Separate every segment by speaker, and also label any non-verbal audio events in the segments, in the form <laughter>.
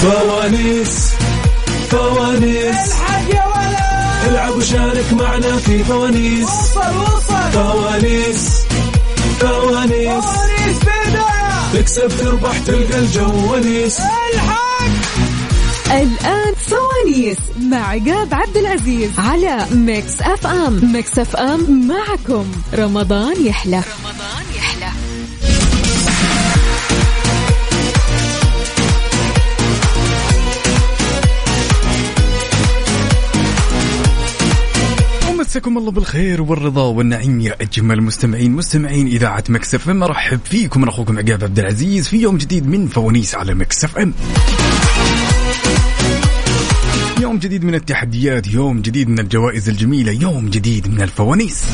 Speaker 1: فوانيس فوانيس
Speaker 2: الحق يا ولد
Speaker 1: العب وشارك معنا في فوانيس
Speaker 2: وصل وصل
Speaker 1: فوانيس فوانيس
Speaker 2: فوانيس بداية
Speaker 1: تكسب تربح تلقى الجواليس
Speaker 2: الحق
Speaker 3: الآن فوانيس مع عقاب عبد العزيز على ميكس أف أم ميكس أف أم معكم رمضان يحلى رمضان يحلى
Speaker 4: ومساكم الله بالخير والرضا والنعيم يا اجمل مستمعين مستمعين اذاعه مكسف ام ارحب فيكم من اخوكم عقاب عبد العزيز في يوم جديد من فوانيس على مكسف ام يوم جديد من التحديات يوم جديد من الجوائز الجميله يوم جديد من الفوانيس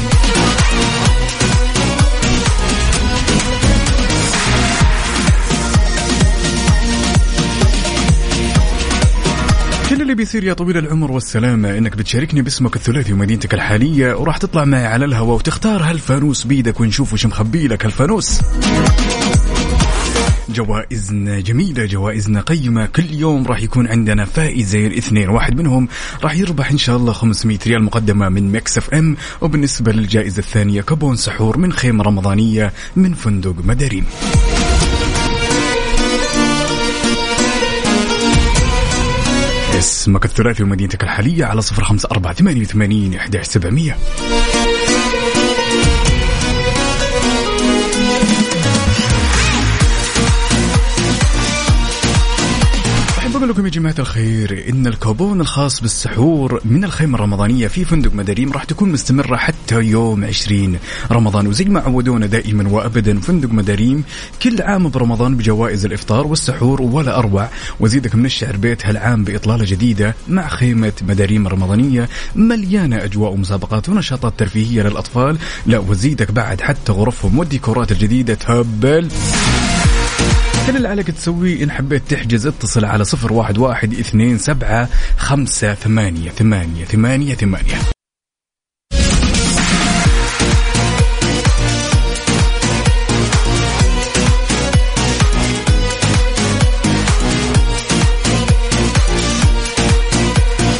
Speaker 4: كل اللي بيصير يا طويل العمر والسلامة انك بتشاركني باسمك الثلاثي ومدينتك الحالية وراح تطلع معي على الهواء وتختار هالفانوس بيدك ونشوف وش مخبي لك هالفانوس جوائزنا جميلة جوائزنا قيمة كل يوم راح يكون عندنا فائزين اثنين واحد منهم راح يربح ان شاء الله 500 ريال مقدمة من مكس اف ام وبالنسبة للجائزة الثانية كبون سحور من خيمة رمضانية من فندق مداريم اسمك الثلاثي ومدينتك الحالية على صفر خمسة أربعة ثمانية وثمانين إحدى سبعمية أحب أقول لكم يا جماعة الخير إن الكوبون الخاص بالسحور من الخيمة الرمضانية في فندق مداريم راح تكون مستمرة حتى يوم 20 رمضان وزي ما عودونا دائما وأبدا فندق مداريم كل عام برمضان بجوائز الإفطار والسحور ولا أروع وزيدك من الشعر بيت هالعام بإطلالة جديدة مع خيمة مداريم الرمضانية مليانة أجواء ومسابقات ونشاطات ترفيهية للأطفال لا وزيدك بعد حتى غرفهم والديكورات الجديدة تهبل كل اللي عليك تسويه إن حبيت تحجز اتصل على صفر واحد واحد اثنين سبعة خمسة ثمانية ثمانية ثمانية ثمانية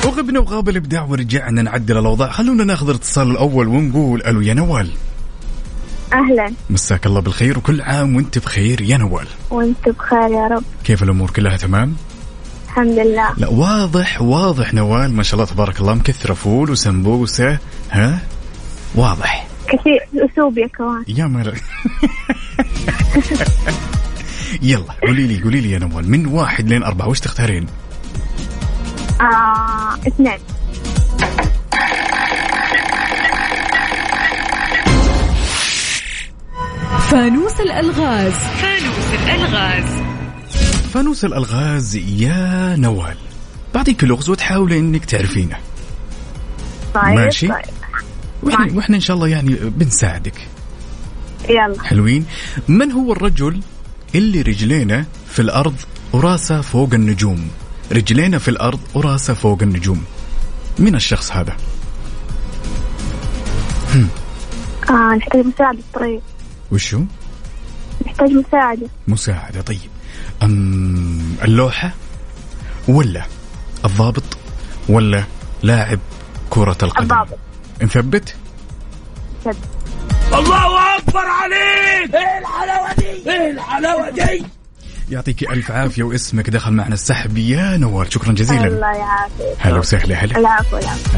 Speaker 4: وغبنا وغاب الابداع ورجعنا نعدل الاوضاع خلونا ناخذ الاتصال الاول ونقول الو يا نوال
Speaker 5: أهلا
Speaker 4: مساك الله بالخير وكل عام وانت بخير يا نوال
Speaker 5: وأنت بخير يا رب
Speaker 4: كيف الامور كلها تمام
Speaker 5: الحمد لله
Speaker 4: لا واضح واضح نوال ما شاء الله تبارك الله مكثره فول وسمبوسه ها واضح
Speaker 5: كثير أسوبيا كمان
Speaker 4: يا مر <laughs> يلا قولي لي قولي لي يا نوال من واحد لين أربعة وش تختارين؟
Speaker 5: آه اثنين
Speaker 3: فانوس الألغاز
Speaker 4: فانوس الألغاز يا نوال بعطيك لغز وتحاولي انك تعرفينه
Speaker 5: طيب
Speaker 4: ماشي.
Speaker 5: طيب
Speaker 4: واحنا
Speaker 5: طيب.
Speaker 4: واحنا ان شاء الله يعني بنساعدك
Speaker 5: يلا
Speaker 4: حلوين من هو الرجل اللي رجلينه في الارض وراسه فوق النجوم رجلينه في الارض وراسه فوق النجوم من الشخص هذا
Speaker 5: آه نحتاج مساعدة طيب
Speaker 4: وشو
Speaker 5: نحتاج مساعدة
Speaker 4: مساعدة طيب أم اللوحة ولا الضابط ولا لاعب كرة القدم
Speaker 5: الضابط.
Speaker 4: نثبت
Speaker 5: سد
Speaker 4: يعطيك ألف عافية واسمك دخل معنا السحب يا نوال شكرا جزيلا
Speaker 5: الله يعافيك
Speaker 4: هلا وسهلا هلا
Speaker 5: العفو العفو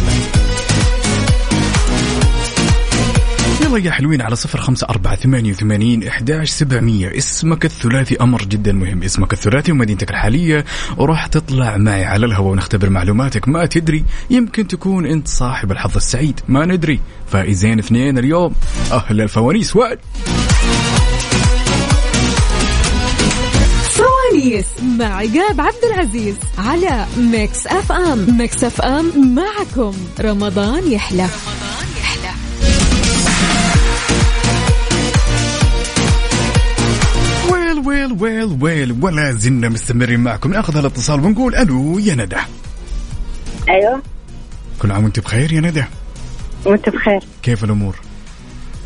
Speaker 4: يلا يا حلوين على صفر خمسة أربعة ثمانية وثمانين إحداش سبعمية اسمك الثلاثي أمر جدا مهم اسمك الثلاثي ومدينتك الحالية وراح تطلع معي على الهواء ونختبر معلوماتك ما تدري يمكن تكون أنت صاحب الحظ السعيد ما ندري فائزين اثنين اليوم أهل الفوانيس وعد
Speaker 3: فوانيس مع عقاب عبد العزيز على ميكس أف أم ميكس أف أم معكم رمضان يحلى رمضان يحلى
Speaker 4: ويل ويل ويل ويل ولا زلنا مستمرين معكم ناخذ هالاتصال ونقول ألو يا ندى
Speaker 5: أيوة
Speaker 4: كل عام وأنت بخير يا ندى
Speaker 5: وأنت بخير
Speaker 4: كيف الأمور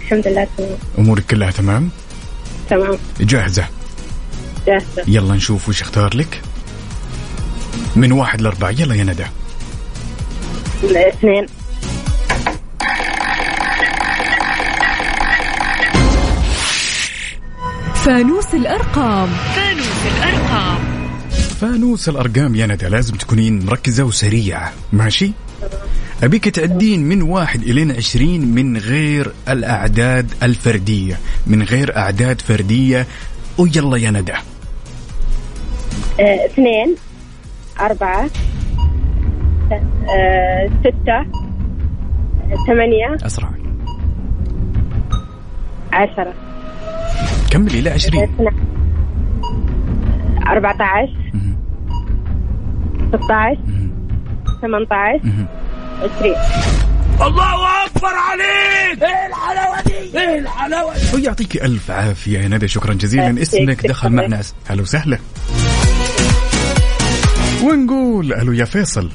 Speaker 5: الحمد لله تمام
Speaker 4: أمورك كلها تمام
Speaker 5: تمام
Speaker 4: جاهزة
Speaker 5: جاهزة
Speaker 4: يلا نشوف وش اختار لك من واحد لأربعة يلا يا ندى
Speaker 5: اثنين
Speaker 3: فانوس الأرقام
Speaker 4: فانوس الأرقام يا ندى لازم تكونين مركزة وسريعة ماشي أبيك تعدين من واحد إلين عشرين من غير الأعداد الفردية من غير أعداد فردية ويلا يا ندى
Speaker 5: آه، اثنين أربعة آه، ستة آه، ثمانية
Speaker 4: أسرع
Speaker 5: عشرة
Speaker 4: كملي إلى عشرين
Speaker 5: اثنا أربعة عشر
Speaker 4: مهم.
Speaker 5: ستة عشر
Speaker 4: مهم.
Speaker 5: ثمانية عشر
Speaker 4: مهم.
Speaker 5: عشرين
Speaker 4: ويعطيك ألف عافية يا ندى شكرا جزيلا
Speaker 5: يعطيك
Speaker 4: اسمك
Speaker 5: شكراً.
Speaker 4: دخل معنا هلا وسهلا ونقول ألو يا فيصل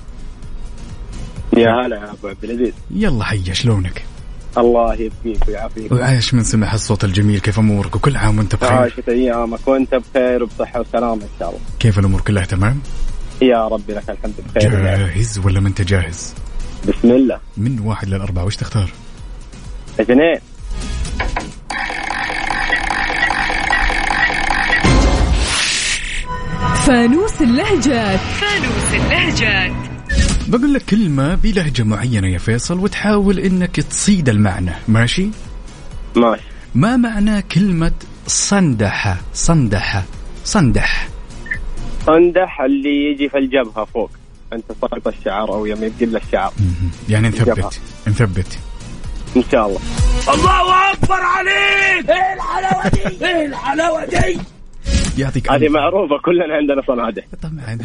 Speaker 6: يا هلا يا ابو عبد العزيز
Speaker 4: يلا حيا شلونك
Speaker 6: الله يبقيك ويعافيك
Speaker 4: وعاش من سمع الصوت الجميل كيف امورك وكل عام وانت بخير
Speaker 6: عاشت ايامك وانت بخير وبصحه وسلامه ان شاء الله
Speaker 4: كيف الامور كلها تمام
Speaker 6: يا ربي لك الحمد بخير والعافية.
Speaker 4: جاهز ولا ما انت جاهز
Speaker 6: بسم الله
Speaker 4: من واحد للأربعة وش تختار
Speaker 6: اثنين
Speaker 3: فانوس اللهجات
Speaker 4: بقول لك كلمة بلهجة معينة يا فيصل وتحاول انك تصيد المعنى ماشي
Speaker 6: ماشي
Speaker 4: ما معنى كلمة صندحة صندحة صندح
Speaker 6: اندح اللي يجي في الجبهة فوق انت ساقط الشعر او يوم يبقي له الشعر
Speaker 4: مهم. يعني
Speaker 6: جبهة.
Speaker 4: نثبت نثبت
Speaker 6: ان شاء الله
Speaker 4: يعطيك
Speaker 6: هذه
Speaker 4: العافية.
Speaker 6: معروفة كلنا عندنا صنادح
Speaker 4: طبعا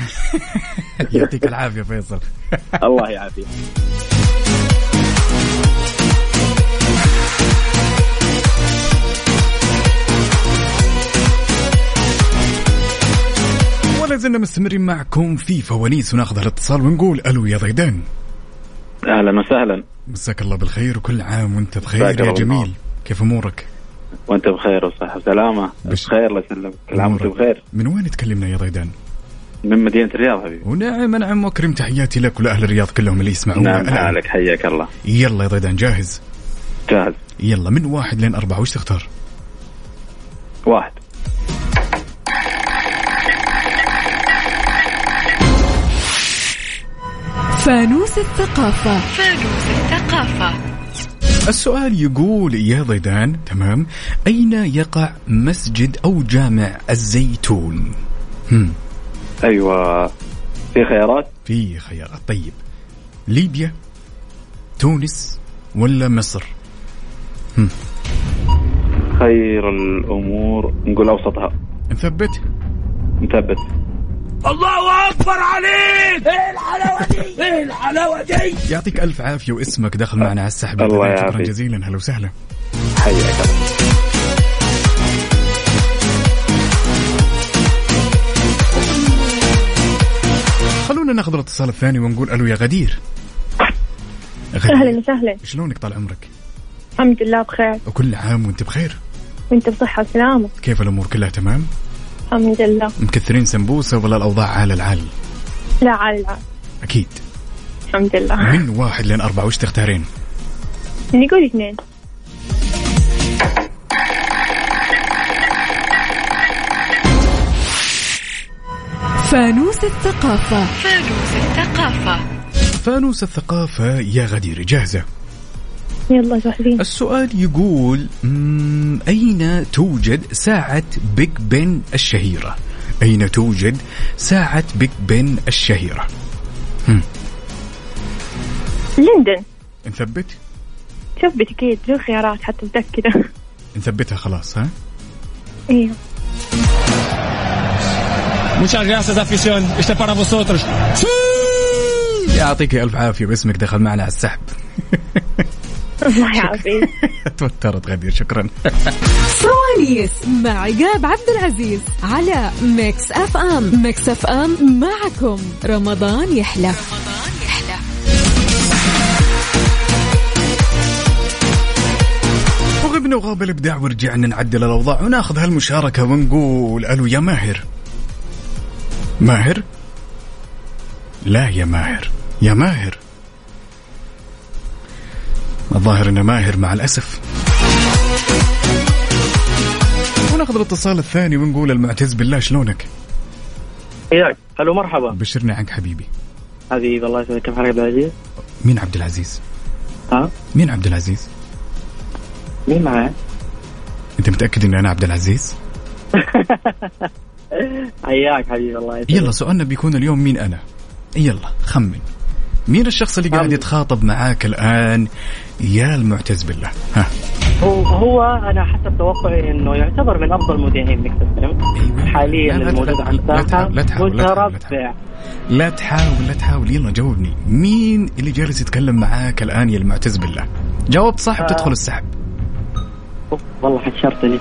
Speaker 4: <laughs> يعطيك العافية فيصل
Speaker 6: الله يعافيك
Speaker 4: ولا زلنا مستمرين معكم في فوانيس وناخذ الاتصال ونقول الو يا ضيدان
Speaker 7: اهلا وسهلا
Speaker 4: مساك الله بالخير وكل عام وانت
Speaker 7: مساك
Speaker 4: بخير يا
Speaker 7: الله
Speaker 4: جميل
Speaker 7: بالنور.
Speaker 4: كيف امورك؟
Speaker 7: وانت بخير وصحه وسلامه
Speaker 4: بش-
Speaker 7: بخير الله يسلمك كل عام وانت
Speaker 4: أمورك.
Speaker 7: بخير
Speaker 4: من وين تكلمنا يا ضيدان؟
Speaker 7: من مدينه الرياض حبيبي
Speaker 4: ونعم نعم واكرم تحياتي لك ولاهل الرياض كلهم اللي يسمعونا
Speaker 7: نعم
Speaker 4: الآن.
Speaker 7: حالك حياك الله
Speaker 4: يلا يا ضيدان جاهز؟
Speaker 7: جاهز
Speaker 4: يلا من واحد لين اربعه وش تختار؟
Speaker 7: واحد
Speaker 3: فانوس الثقافة
Speaker 4: السؤال يقول يا ضيدان تمام اين يقع مسجد او جامع الزيتون؟ هم
Speaker 7: ايوه في خيارات
Speaker 4: في خيارات طيب ليبيا تونس ولا مصر؟
Speaker 7: خير الامور نقول اوسطها
Speaker 4: نثبت
Speaker 7: مثبت
Speaker 4: يعطيك الف عافيه واسمك دخل معنا على السحب
Speaker 7: الله
Speaker 4: الله شكرا
Speaker 7: يعافيك.
Speaker 4: جزيلا هلا وسهلا
Speaker 7: حياك الله
Speaker 4: خلونا ناخذ الاتصال الثاني ونقول الو يا غدير
Speaker 5: أهلا
Speaker 4: غدير
Speaker 5: وسهلا
Speaker 4: شلونك طال عمرك
Speaker 5: الحمد لله بخير
Speaker 4: وكل عام وانت بخير
Speaker 5: وانت بصحة وسلامة
Speaker 4: كيف الامور كلها تمام
Speaker 5: الحمد لله
Speaker 4: مكثرين سمبوسه ولا الاوضاع على العال
Speaker 5: لا على العافية.
Speaker 4: اكيد
Speaker 5: الحمد لله
Speaker 4: من واحد لين اربعه وش تختارين
Speaker 5: نقول اثنين
Speaker 3: فانوس الثقافة
Speaker 4: فانوس الثقافه يا غدير جاهزه
Speaker 5: يلا جاهزين
Speaker 4: السؤال يقول مم، أين توجد ساعة بيج بن الشهيرة؟ أين توجد ساعة بيج بن الشهيرة؟
Speaker 5: لندن
Speaker 4: نثبت؟
Speaker 5: شوف أكيد جو خيارات حتى متأكدة <laughs>
Speaker 4: نثبتها خلاص ها؟
Speaker 5: ايوه
Speaker 2: Muchas gracias, afición. Este es para vosotros.
Speaker 4: يعطيك ألف عافية باسمك دخل معنا على السحب <laughs>
Speaker 5: الله يعافيك
Speaker 4: توترت غدير شكرا
Speaker 3: سواليس مع عقاب عبد العزيز على ميكس اف ام ميكس اف ام معكم رمضان يحلى
Speaker 4: وغبنا وغاب الإبداع ورجعنا نعدل الأوضاع وناخذ هالمشاركة ونقول ألو يا ماهر ماهر لا يا ماهر يا ماهر الظاهر ان ماهر مع الاسف وناخذ الاتصال الثاني ونقول المعتز بالله شلونك
Speaker 6: حياك الو مرحبا
Speaker 4: بشرنا عنك حبيبي
Speaker 6: حبيبي الله يسعدك كيف حالك عبد العزيز؟
Speaker 4: مين عبد العزيز
Speaker 6: ها
Speaker 4: مين عبد العزيز
Speaker 6: مين معاه؟
Speaker 4: انت متاكد ان انا عبد العزيز
Speaker 6: حياك حبيبي الله يسعدك
Speaker 4: يلا سؤالنا بيكون اليوم مين انا يلا خمن مين الشخص اللي قاعد
Speaker 6: خمن.
Speaker 4: يتخاطب معاك الان يا المعتز بالله ها
Speaker 8: هو, هو انا حسب توقعي انه يعتبر من افضل مذيعين ميكس
Speaker 4: أيوة.
Speaker 8: حاليا
Speaker 4: لا، لا
Speaker 8: الموجود
Speaker 4: تحاول-
Speaker 8: على
Speaker 4: لا
Speaker 8: الساحه
Speaker 4: تحاول- لا تحاول- لا تحاول- لا تحاول.
Speaker 8: متربع
Speaker 4: لا تحاول لا تحاول يلا جاوبني مين اللي جالس يتكلم معاك الان يا المعتز بالله جاوبت صح
Speaker 6: آه.
Speaker 4: بتدخل السحب
Speaker 8: أوف، والله حشرتني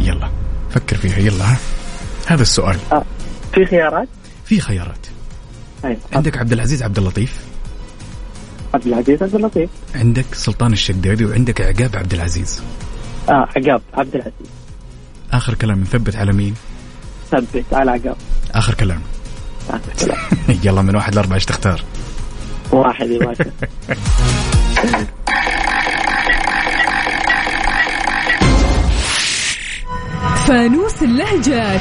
Speaker 4: يلا فكر فيها يلا ها هذا السؤال
Speaker 8: في خيارات؟
Speaker 4: في خيارات
Speaker 8: ايوه
Speaker 4: عندك عبد العزيز عبد اللطيف
Speaker 8: عبد العزيز عبد اللطيف
Speaker 4: عندك سلطان الشدادي وعندك عقاب عبد العزيز
Speaker 8: اه عقاب عبد العزيز
Speaker 4: اخر كلام نثبت على مين
Speaker 8: ثبت على عقاب آه،
Speaker 4: اخر كلام <laughs>
Speaker 8: ثبت.
Speaker 4: يلا من واحد لاربعه ايش تختار
Speaker 8: واحد يباشر
Speaker 3: فانوس اللهجات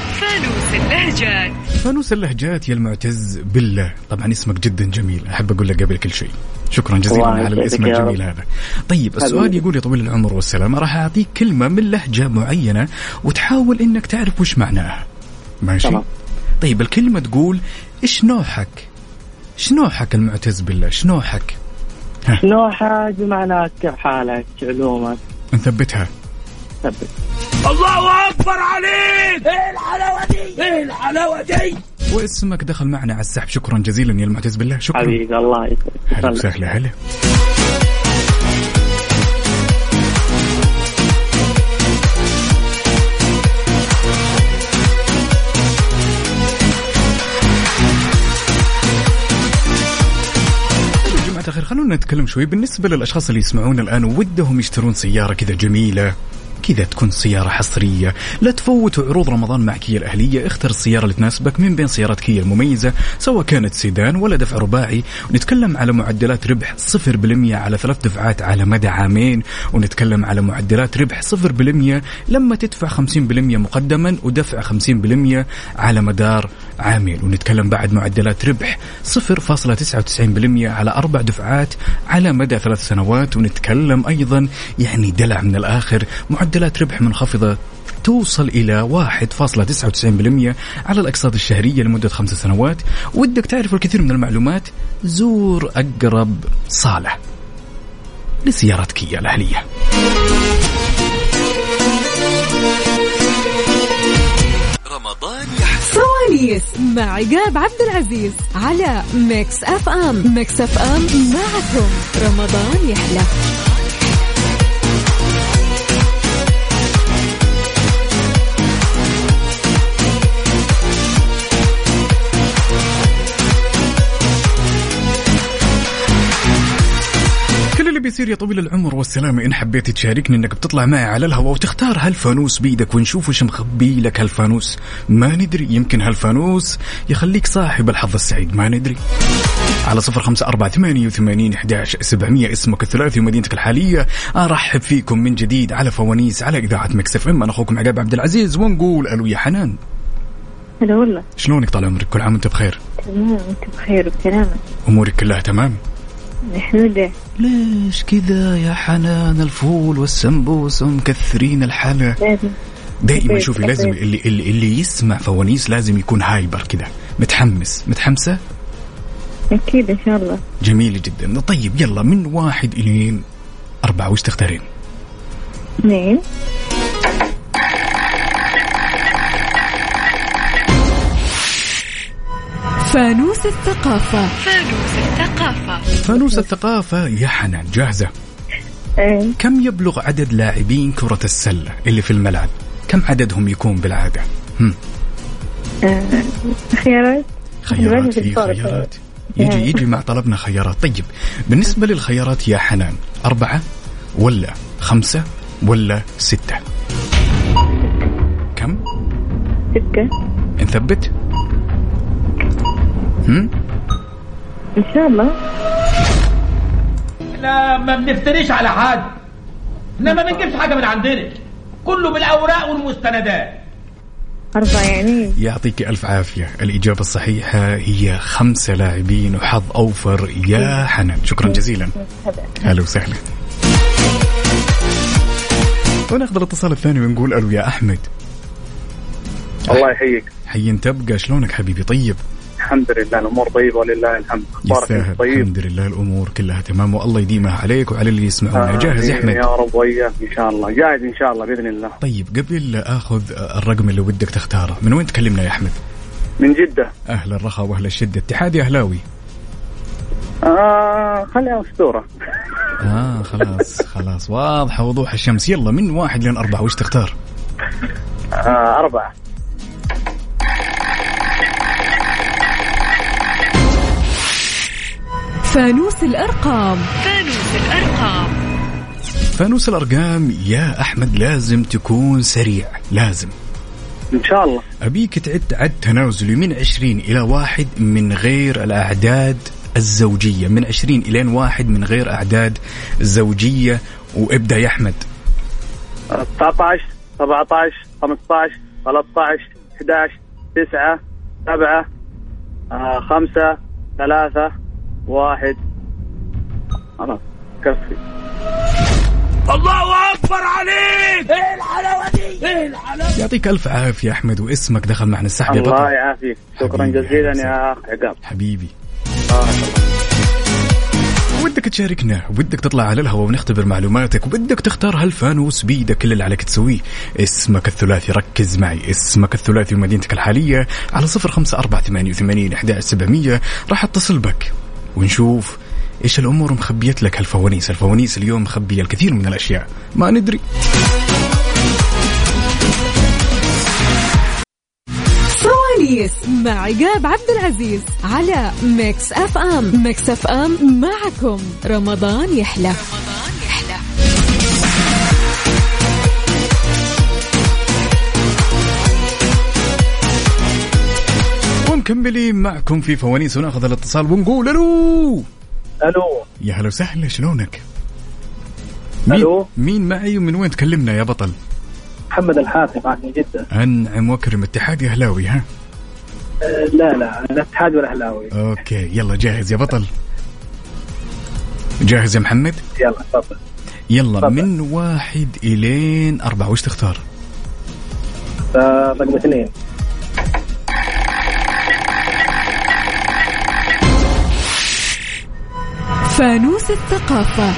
Speaker 4: فانوس اللهجات يا المعتز بالله طبعا اسمك جدا جميل احب اقول لك قبل كل شيء شكرا جزيلا
Speaker 8: الله
Speaker 4: على
Speaker 8: يسعدك
Speaker 4: الاسم
Speaker 8: يا رب.
Speaker 4: الجميل هذا طيب السؤال
Speaker 8: حبيبي.
Speaker 4: يقول يا طويل العمر والسلامه راح اعطيك كلمه من لهجه معينه وتحاول انك تعرف وش معناها ماشي
Speaker 8: تمام.
Speaker 4: طيب الكلمه تقول ايش نوحك ايش نوحك المعتز بالله ايش نوحك
Speaker 8: نوحة بمعنى كيف حالك علومك
Speaker 4: نثبتها
Speaker 8: ثبت
Speaker 4: واسمك دخل معنا على السحب شكرا جزيلا يا المعتز بالله شكرا
Speaker 8: حبيبي الله
Speaker 4: هلا
Speaker 8: يسعدك
Speaker 4: وسهلا هلا يا جماعة الخير خلونا نتكلم شوي بالنسبة للأشخاص اللي يسمعون الآن ودهم يشترون سيارة كذا جميلة كذا تكون سيارة حصرية لا تفوتوا عروض رمضان مع كيا الأهلية اختر السيارة اللي تناسبك من بين سيارات كيا المميزة سواء كانت سيدان ولا دفع رباعي نتكلم على معدلات ربح 0% على ثلاث دفعات على مدى عامين ونتكلم على معدلات ربح 0% لما تدفع 50% مقدما ودفع 50% على مدار عامين ونتكلم بعد معدلات ربح 0.99% على أربع دفعات على مدى ثلاث سنوات ونتكلم أيضا يعني دلع من الآخر معدلات ربح منخفضة توصل إلى 1.99% على الأقساط الشهرية لمدة خمس سنوات ودك تعرف الكثير من المعلومات زور أقرب صالة لسيارات كيا الأهلية
Speaker 3: سواليس مع عقاب عبد العزيز على ميكس اف ام ميكس اف ام معكم رمضان يحلى
Speaker 4: كل اللي بيصير يا طويل العمر والسلامة إن حبيت تشاركني إنك بتطلع معي على الهواء وتختار هالفانوس بيدك ونشوف وش مخبي لك هالفانوس ما ندري يمكن هالفانوس يخليك صاحب الحظ السعيد ما ندري على صفر خمسة أربعة ثمانية وثمانين إحداش سبعمية اسمك الثلاثي ومدينتك الحالية أرحب فيكم من جديد على فوانيس على إذاعة مكسف أم أنا أخوكم عقاب عبد العزيز ونقول ألو يا حنان
Speaker 5: هلا والله
Speaker 4: شلونك طال عمرك كل عام وأنت بخير
Speaker 5: تمام انت بخير وبسلامة
Speaker 4: أمورك كلها تمام
Speaker 5: الحمد لله
Speaker 4: ليش كذا يا حنان الفول والسمبوس ومكثرين الحلا
Speaker 5: لازم
Speaker 4: دائما
Speaker 5: أكيد،
Speaker 4: شوفي
Speaker 5: أكيد.
Speaker 4: لازم اللي, اللي, اللي يسمع فوانيس لازم يكون هايبر كذا متحمس متحمسه
Speaker 5: اكيد ان شاء الله
Speaker 4: جميل جدا طيب يلا من واحد الين أربعة وش تختارين
Speaker 5: اثنين
Speaker 3: فانوس الثقافة
Speaker 4: فانوس الثقافة يا حنان جاهزة
Speaker 5: ايه
Speaker 4: كم يبلغ عدد لاعبين كرة السلة اللي في الملعب كم عددهم يكون بالعادة هم.
Speaker 5: خيارات
Speaker 4: خيارات
Speaker 5: في
Speaker 4: إيه
Speaker 5: الفرق.
Speaker 4: خيارات يجي يجي مع طلبنا خيارات طيب بالنسبة للخيارات يا حنان أربعة ولا خمسة ولا ستة كم
Speaker 5: ستة
Speaker 4: نثبت هم
Speaker 5: إن شاء الله
Speaker 9: احنا ما بنفتريش على حد احنا ما بنجيبش حاجه من عندنا كله بالاوراق والمستندات
Speaker 5: أربعة يعني
Speaker 4: يعطيك ألف عافية الإجابة الصحيحة هي خمسة لاعبين وحظ أوفر يا حنان شكرا جزيلا أهلا وسهلا وناخذ الاتصال الثاني ونقول ألو يا أحمد
Speaker 7: <laughs> الله يحييك
Speaker 4: حي تبقى شلونك حبيبي طيب
Speaker 7: الحمد لله الامور طيبه ولله الحمد أخبارك
Speaker 4: يستاهل
Speaker 7: طيب
Speaker 4: الحمد لله الأمور كلها تمام والله يديمها عليك وعلى اللي يسمعونا
Speaker 7: آمين
Speaker 4: آه، جاهز يا أحمد
Speaker 7: آه، يا رب واياك ان شاء الله جاهز ان شاء الله باذن الله
Speaker 4: طيب قبل لا اخذ الرقم اللي ودك تختاره من وين تكلمنا يا احمد
Speaker 7: من جده
Speaker 4: اهل الرخاء واهل الشده اتحادي اهلاوي
Speaker 7: آه خليها اسطوره
Speaker 4: اه خلاص <laughs> خلاص واضحه وضوح الشمس يلا من واحد لين اربعه وش تختار
Speaker 7: آه اربعه
Speaker 3: فانوس الأرقام
Speaker 4: فانوس الارقام يا احمد لازم تكون سريع لازم
Speaker 7: ان شاء الله
Speaker 4: ابيك تعد عد تنازلي من 20 الى واحد من غير الاعداد الزوجيه من 20 الى واحد من غير اعداد زوجيه وابدا يا احمد
Speaker 7: 19 17 15 13 11 9 7 آه، 5 3 1 خلاص كفي
Speaker 4: يعطيك الف عافيه احمد واسمك دخل معنا السحب يا
Speaker 7: الله
Speaker 4: بطل
Speaker 7: يعافيك شكرا
Speaker 4: حبيبي،
Speaker 7: جزيلا
Speaker 4: حبيبي.
Speaker 7: يا اخ عقاب
Speaker 4: حبيبي ودك تشاركنا ودك تطلع على الهواء ونختبر معلوماتك ودك تختار هالفانوس بيدك كل اللي عليك تسويه اسمك الثلاثي ركز معي اسمك الثلاثي ومدينتك الحالية على صفر خمسة أربعة ثمانية وثمانين أحد سبعمية راح أتصل بك ونشوف إيش الأمور مخبيت لك هالفوانيس الفوانيس اليوم مخبية الكثير من الأشياء ما ندري
Speaker 3: فوانيس مع عقاب عبد العزيز على ميكس اف ام ميكس اف ام معكم رمضان يحلى
Speaker 4: ومكملين معكم في فوانيس وناخذ الاتصال ونقول ألو
Speaker 7: الو
Speaker 4: يا هلا وسهلا شلونك؟ مين
Speaker 7: ألو؟
Speaker 4: مين معي ومن وين تكلمنا يا بطل؟
Speaker 7: محمد يعني الحارثي معك من جده
Speaker 4: انعم واكرم اتحادي اهلاوي ها؟
Speaker 7: آه، لا لا الاتحاد والاهلاوي
Speaker 4: اوكي يلا جاهز يا بطل جاهز يا محمد؟
Speaker 7: يلا تفضل
Speaker 4: يلا
Speaker 7: تفضل.
Speaker 4: من واحد الين اربعه وش تختار؟
Speaker 7: آه، رقم اثنين
Speaker 3: فانوس الثقافة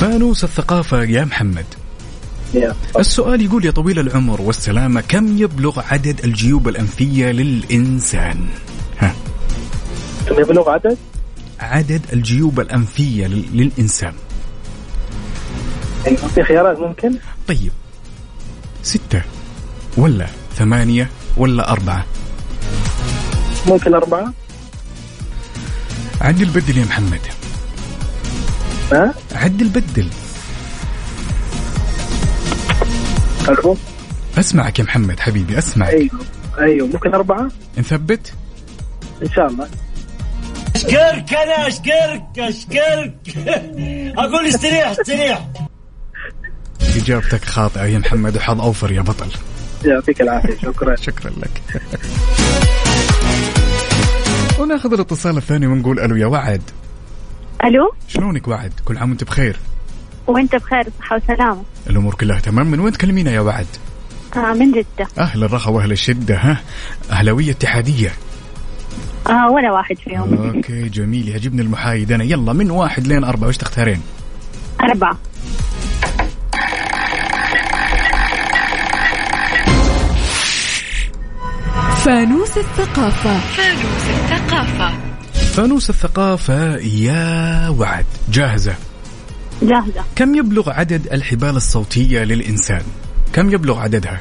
Speaker 4: فانوس الثقافه يا محمد
Speaker 7: يلا
Speaker 4: السؤال يقول يا طويل العمر والسلامه كم يبلغ عدد الجيوب الانفيه للانسان؟ ها
Speaker 7: كم يبلغ عدد؟
Speaker 4: عدد الجيوب الانفيه لل- للانسان
Speaker 7: أيوة. في خيارات ممكن؟
Speaker 4: طيب ستة ولا ثمانية ولا أربعة
Speaker 7: ممكن أربعة؟
Speaker 4: عد البدل يا محمد
Speaker 7: ها؟
Speaker 4: عد البدل
Speaker 7: ألو؟
Speaker 4: أسمعك يا محمد حبيبي أسمعك
Speaker 7: أيوه أيوه ممكن أربعة؟
Speaker 4: نثبت
Speaker 7: إن شاء الله
Speaker 9: اشكرك انا اشكرك اشكرك اقول استريح استريح
Speaker 4: إجابتك خاطئة يا محمد وحظ أوفر يا بطل
Speaker 7: يعطيك العافية شكرا
Speaker 4: شكرا لك <laughs> وناخذ الاتصال الثاني ونقول ألو يا وعد
Speaker 5: ألو
Speaker 4: شلونك وعد كل عام وأنت بخير
Speaker 5: وأنت بخير صحة وسلامة
Speaker 4: الأمور كلها تمام من وين تكلمينا يا وعد
Speaker 5: آه من جدة
Speaker 4: أهل الرخاء وأهل الشدة ها أهلوية اتحادية
Speaker 5: آه ولا واحد فيهم
Speaker 4: اوكي جميل يعجبني المحايد انا يلا من واحد لين اربعه وش تختارين؟
Speaker 5: أربعة
Speaker 3: فانوس الثقافة
Speaker 4: فانوس الثقافه يا وعد جاهزه
Speaker 5: جاهزة
Speaker 4: كم يبلغ عدد الحبال الصوتيه للانسان؟ كم يبلغ عددها؟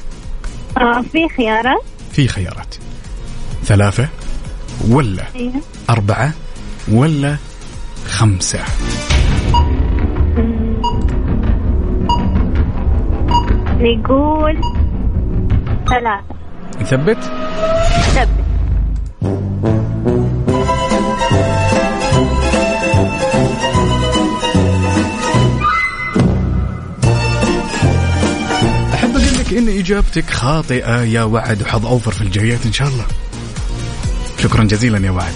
Speaker 5: آه في خيارات
Speaker 4: في خيارات ثلاثه ولا
Speaker 5: أيوه.
Speaker 4: اربعه ولا خمسه
Speaker 5: نقول ثلاثة
Speaker 4: نثبت؟
Speaker 5: ثبت
Speaker 4: اجابتك خاطئه يا وعد وحظ اوفر في الجايات ان شاء الله شكرا جزيلا يا وعد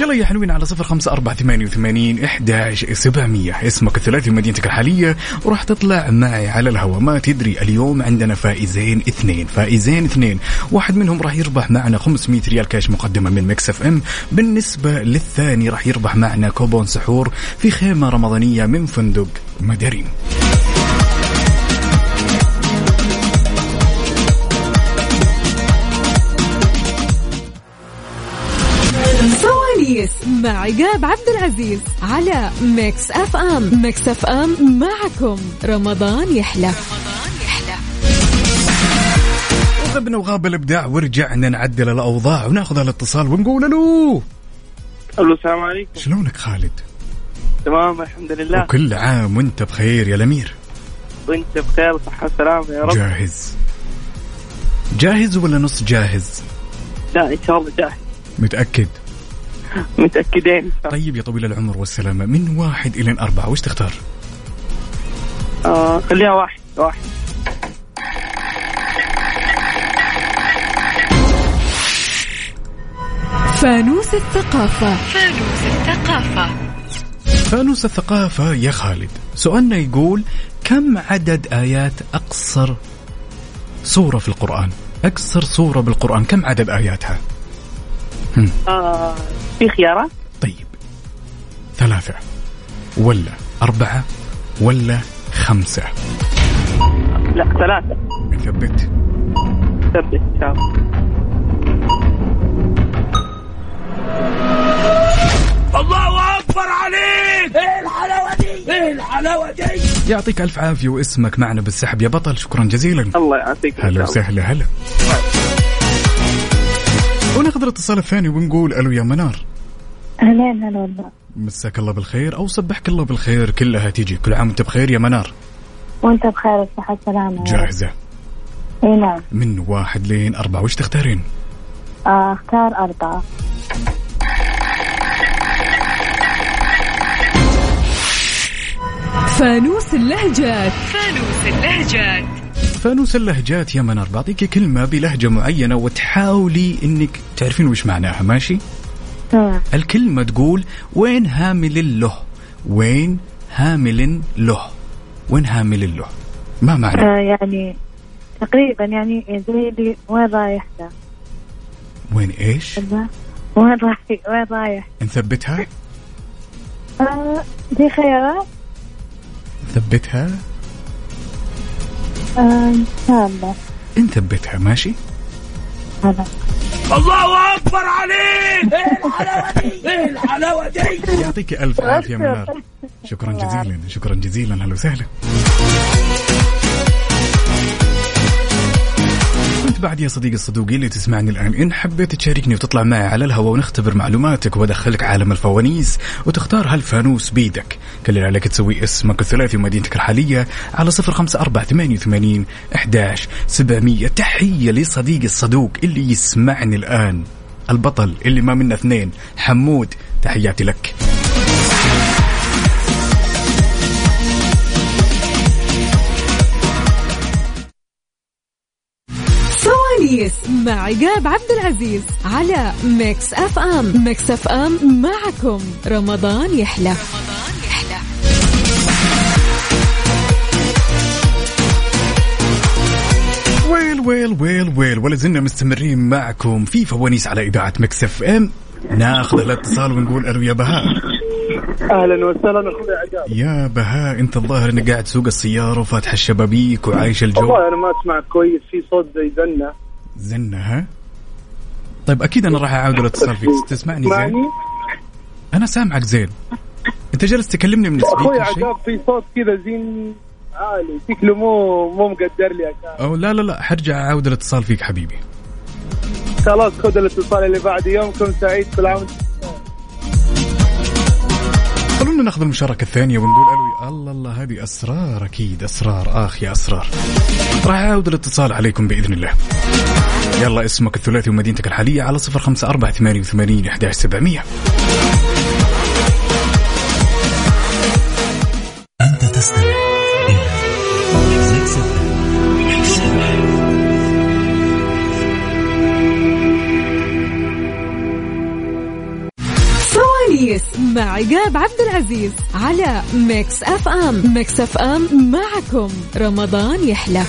Speaker 4: يلا يا حلوين على صفر خمسة أربعة ثمانية وثمانين إحداش سبعمية اسمك الثلاثي ومدينتك الحالية وراح تطلع معي على الهواء ما تدري اليوم عندنا فائزين اثنين فائزين اثنين واحد منهم راح يربح معنا 500 ريال كاش مقدمة من مكس اف ام بالنسبة للثاني راح يربح معنا كوبون سحور في خيمة رمضانية من فندق مداريم
Speaker 3: سواليس مع عقاب عبد العزيز على ميكس اف ام ميكس اف ام معكم رمضان يحلى
Speaker 4: غبنا وغاب الابداع ورجعنا نعدل الاوضاع وناخذ الاتصال ونقول الو
Speaker 6: الو السلام عليكم
Speaker 4: شلونك خالد؟
Speaker 6: تمام الحمد لله
Speaker 4: وكل عام وانت بخير يا الامير
Speaker 6: وانت بخير وصحه وسلامه يا رب
Speaker 4: جاهز جاهز ولا نص جاهز؟
Speaker 6: لا ان شاء الله جاهز
Speaker 4: متأكد
Speaker 6: متاكدين
Speaker 4: طيب يا طويل العمر والسلامة من واحد إلى أربعة وش تختار؟
Speaker 6: آه خليها واحد واحد
Speaker 3: فانوس الثقافة
Speaker 4: فانوس الثقافة يا خالد سؤالنا يقول كم عدد آيات أقصر سورة في القرآن؟ أقصر سورة بالقرآن كم عدد آياتها؟
Speaker 6: آه في خيارات
Speaker 4: طيب ثلاثة ولا أربعة ولا خمسة
Speaker 6: لا ثلاثه
Speaker 4: نثبت
Speaker 6: ثبت ان شاء الله
Speaker 4: يعطيك ألف عافية واسمك معنا بالسحب يا بطل شكرا جزيلا
Speaker 6: الله يعافيك إن
Speaker 4: هلا
Speaker 6: شاء الله.
Speaker 4: وسهلا هلا وناخذ الاتصال الثاني ونقول الو يا منار
Speaker 5: اهلين هلا والله
Speaker 4: مساك الله بالخير او صبحك الله بالخير كلها تيجي كل عام وانت بخير يا منار
Speaker 5: وانت بخير وصحة وسلامة يا رب.
Speaker 4: جاهزه
Speaker 5: اي نعم
Speaker 4: من واحد لين اربعه وش تختارين؟
Speaker 5: آه، اختار أربعة
Speaker 3: فانوس اللهجات
Speaker 4: فانوس اللهجات يا منار بعطيك كلمه بلهجه معينه وتحاولي انك تعرفين وش معناها ماشي؟
Speaker 5: مم.
Speaker 4: الكلمه تقول وين هامل له؟ وين هامل له؟ وين هامل له؟ ما معنى؟
Speaker 5: آه يعني تقريبا يعني زي اللي وين رايح ذا
Speaker 4: وين ايش؟
Speaker 5: الله. وين رايح وين رايح
Speaker 4: نثبتها؟
Speaker 5: آه في خيارات
Speaker 4: نثبتها؟
Speaker 5: آه ان شاء الله
Speaker 4: نثبتها ماشي؟
Speaker 5: هلا
Speaker 4: يعطيك الف عافيه منار شكرا جزيلا شكرا جزيلا هلا وسهلا وانت بعد يا صديقي الصدوقي اللي تسمعني الان ان حبيت تشاركني وتطلع معي على الهواء ونختبر معلوماتك وادخلك عالم الفوانيس وتختار هالفانوس بيدك كل اللي عليك تسوي اسمك الثلاثي ومدينتك الحاليه على 05488 11700 تحيه لصديقي الصدوق اللي يسمعني الان البطل اللي ما منا اثنين حمود تحياتي لك
Speaker 3: سواليس مع عقاب عبد العزيز على ميكس اف ام ميكس اف ام معكم رمضان يحلى
Speaker 4: ويل ويل ويل ويل ولا زلنا مستمرين معكم في فوانيس على اذاعه مكس اف ام ناخذ الاتصال ونقول الو يا بهاء
Speaker 7: اهلا وسهلا اخوي عقاب
Speaker 4: يا بهاء انت الظاهر انك قاعد تسوق السياره وفاتح الشبابيك وعايش
Speaker 7: والله
Speaker 4: الجو
Speaker 7: انا ما اسمعك كويس في صوت يدنا
Speaker 4: زنه ها طيب اكيد انا راح اعاود الاتصال فيك تسمعني زين
Speaker 7: معني
Speaker 4: انا سامعك زين انت جالس تكلمني من
Speaker 7: اخوي
Speaker 4: السبيكر شيء
Speaker 7: عقاب في صوت كذا زين عالي شكله مو مو مقدر لي عقاب.
Speaker 4: او لا لا لا حرجع اعاود الاتصال فيك حبيبي
Speaker 7: خلاص خذ الاتصال اللي بعد يومكم سعيد كل عام وأنتم
Speaker 4: خلونا ناخذ المشاركة الثانية ونقول الو الله الله هذه اسرار اكيد اسرار اخ يا اسرار راح اعود الاتصال عليكم باذن الله يلا اسمك الثلاثي ومدينتك الحالية على صفر خمسة أربعة ثمانية وثمانين أحد سبعمية
Speaker 3: عقاب عبد العزيز على ميكس اف ام ميكس اف ام معكم رمضان يحلى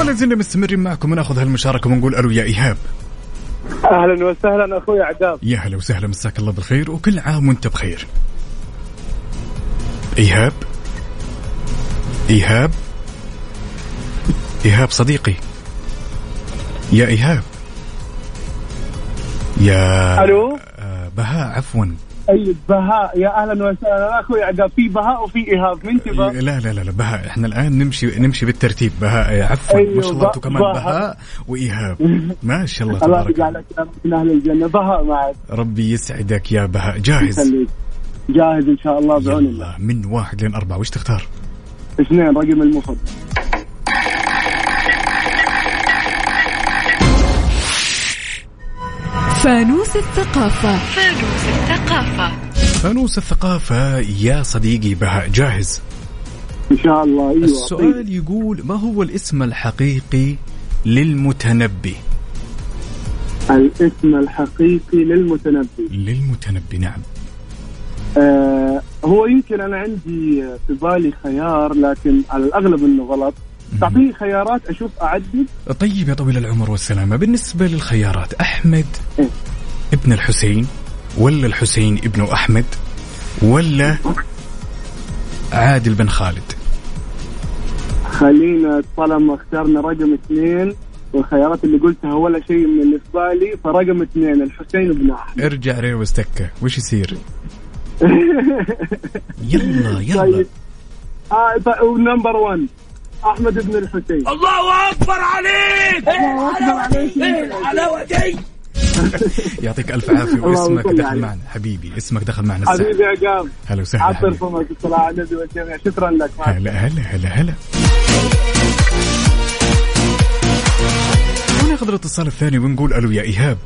Speaker 4: ولا زلنا مستمرين معكم وناخذ هالمشاركه ونقول الو يا ايهاب
Speaker 7: اهلا وسهلا اخوي عقاب
Speaker 4: يا هلا وسهلا مساك الله بالخير وكل عام وانت بخير ايهاب ايهاب ايهاب صديقي يا ايهاب يا
Speaker 7: الو
Speaker 4: آه، بهاء عفوا
Speaker 7: اي بهاء يا اهلا وسهلا أنا اخوي عقاب في بهاء وفي ايهاب من تبغى
Speaker 4: لا لا لا لا بهاء احنا الان نمشي نمشي بالترتيب بهاء عفوا
Speaker 7: أيوة،
Speaker 4: ما شاء الله
Speaker 7: ب-
Speaker 4: انتم كمان
Speaker 7: بهاء.
Speaker 4: بهاء
Speaker 7: <laughs>
Speaker 4: وايهاب ما شاء الله
Speaker 7: الله
Speaker 4: تبارك الله
Speaker 7: يجعلك يا رب من اهل الجنه بهاء معك
Speaker 4: ربي يسعدك يا بهاء جاهز
Speaker 7: خليك جاهز ان شاء الله بعون الله
Speaker 4: يلا من واحد لين أربعة وش تختار؟
Speaker 7: اثنين رقم المفضل
Speaker 3: فانوس الثقافة
Speaker 4: فانوس الثقافة يا صديقي بهاء جاهز
Speaker 7: ان شاء الله ايوه طيب.
Speaker 4: السؤال يقول ما هو الاسم الحقيقي للمتنبي
Speaker 7: الاسم الحقيقي للمتنبي
Speaker 4: للمتنبي نعم
Speaker 7: آه هو يمكن انا عندي في بالي خيار لكن على الاغلب انه غلط تعطيني خيارات اشوف اعدل
Speaker 4: طيب يا طويل العمر والسلامة بالنسبة للخيارات أحمد
Speaker 7: إيه.
Speaker 4: ابن الحسين ولا الحسين ابن أحمد ولا عادل بن خالد
Speaker 7: خلينا طالما اخترنا رقم اثنين والخيارات اللي قلتها ولا شيء من اللي في بالي فرقم اثنين الحسين بن احمد
Speaker 4: ارجع ريوز تكة وش يصير يلا يلا
Speaker 7: طيب آه طيب ونمبر 1 احمد بن الحسين
Speaker 4: يعطيك الف عافيه
Speaker 7: الله
Speaker 4: واسمك
Speaker 7: يطول
Speaker 4: دخل
Speaker 7: عليك.
Speaker 4: معنا حبيبي اسمك دخل معنا السحب
Speaker 7: حبيبي يا قام
Speaker 4: هلا وسهلا
Speaker 7: عطر
Speaker 4: حبيبي.
Speaker 7: فمك الصلاة على النبي والجميع شكرا لك مع
Speaker 4: هلا هلا هلا هلا وناخذ الاتصال الثاني ونقول الو يا ايهاب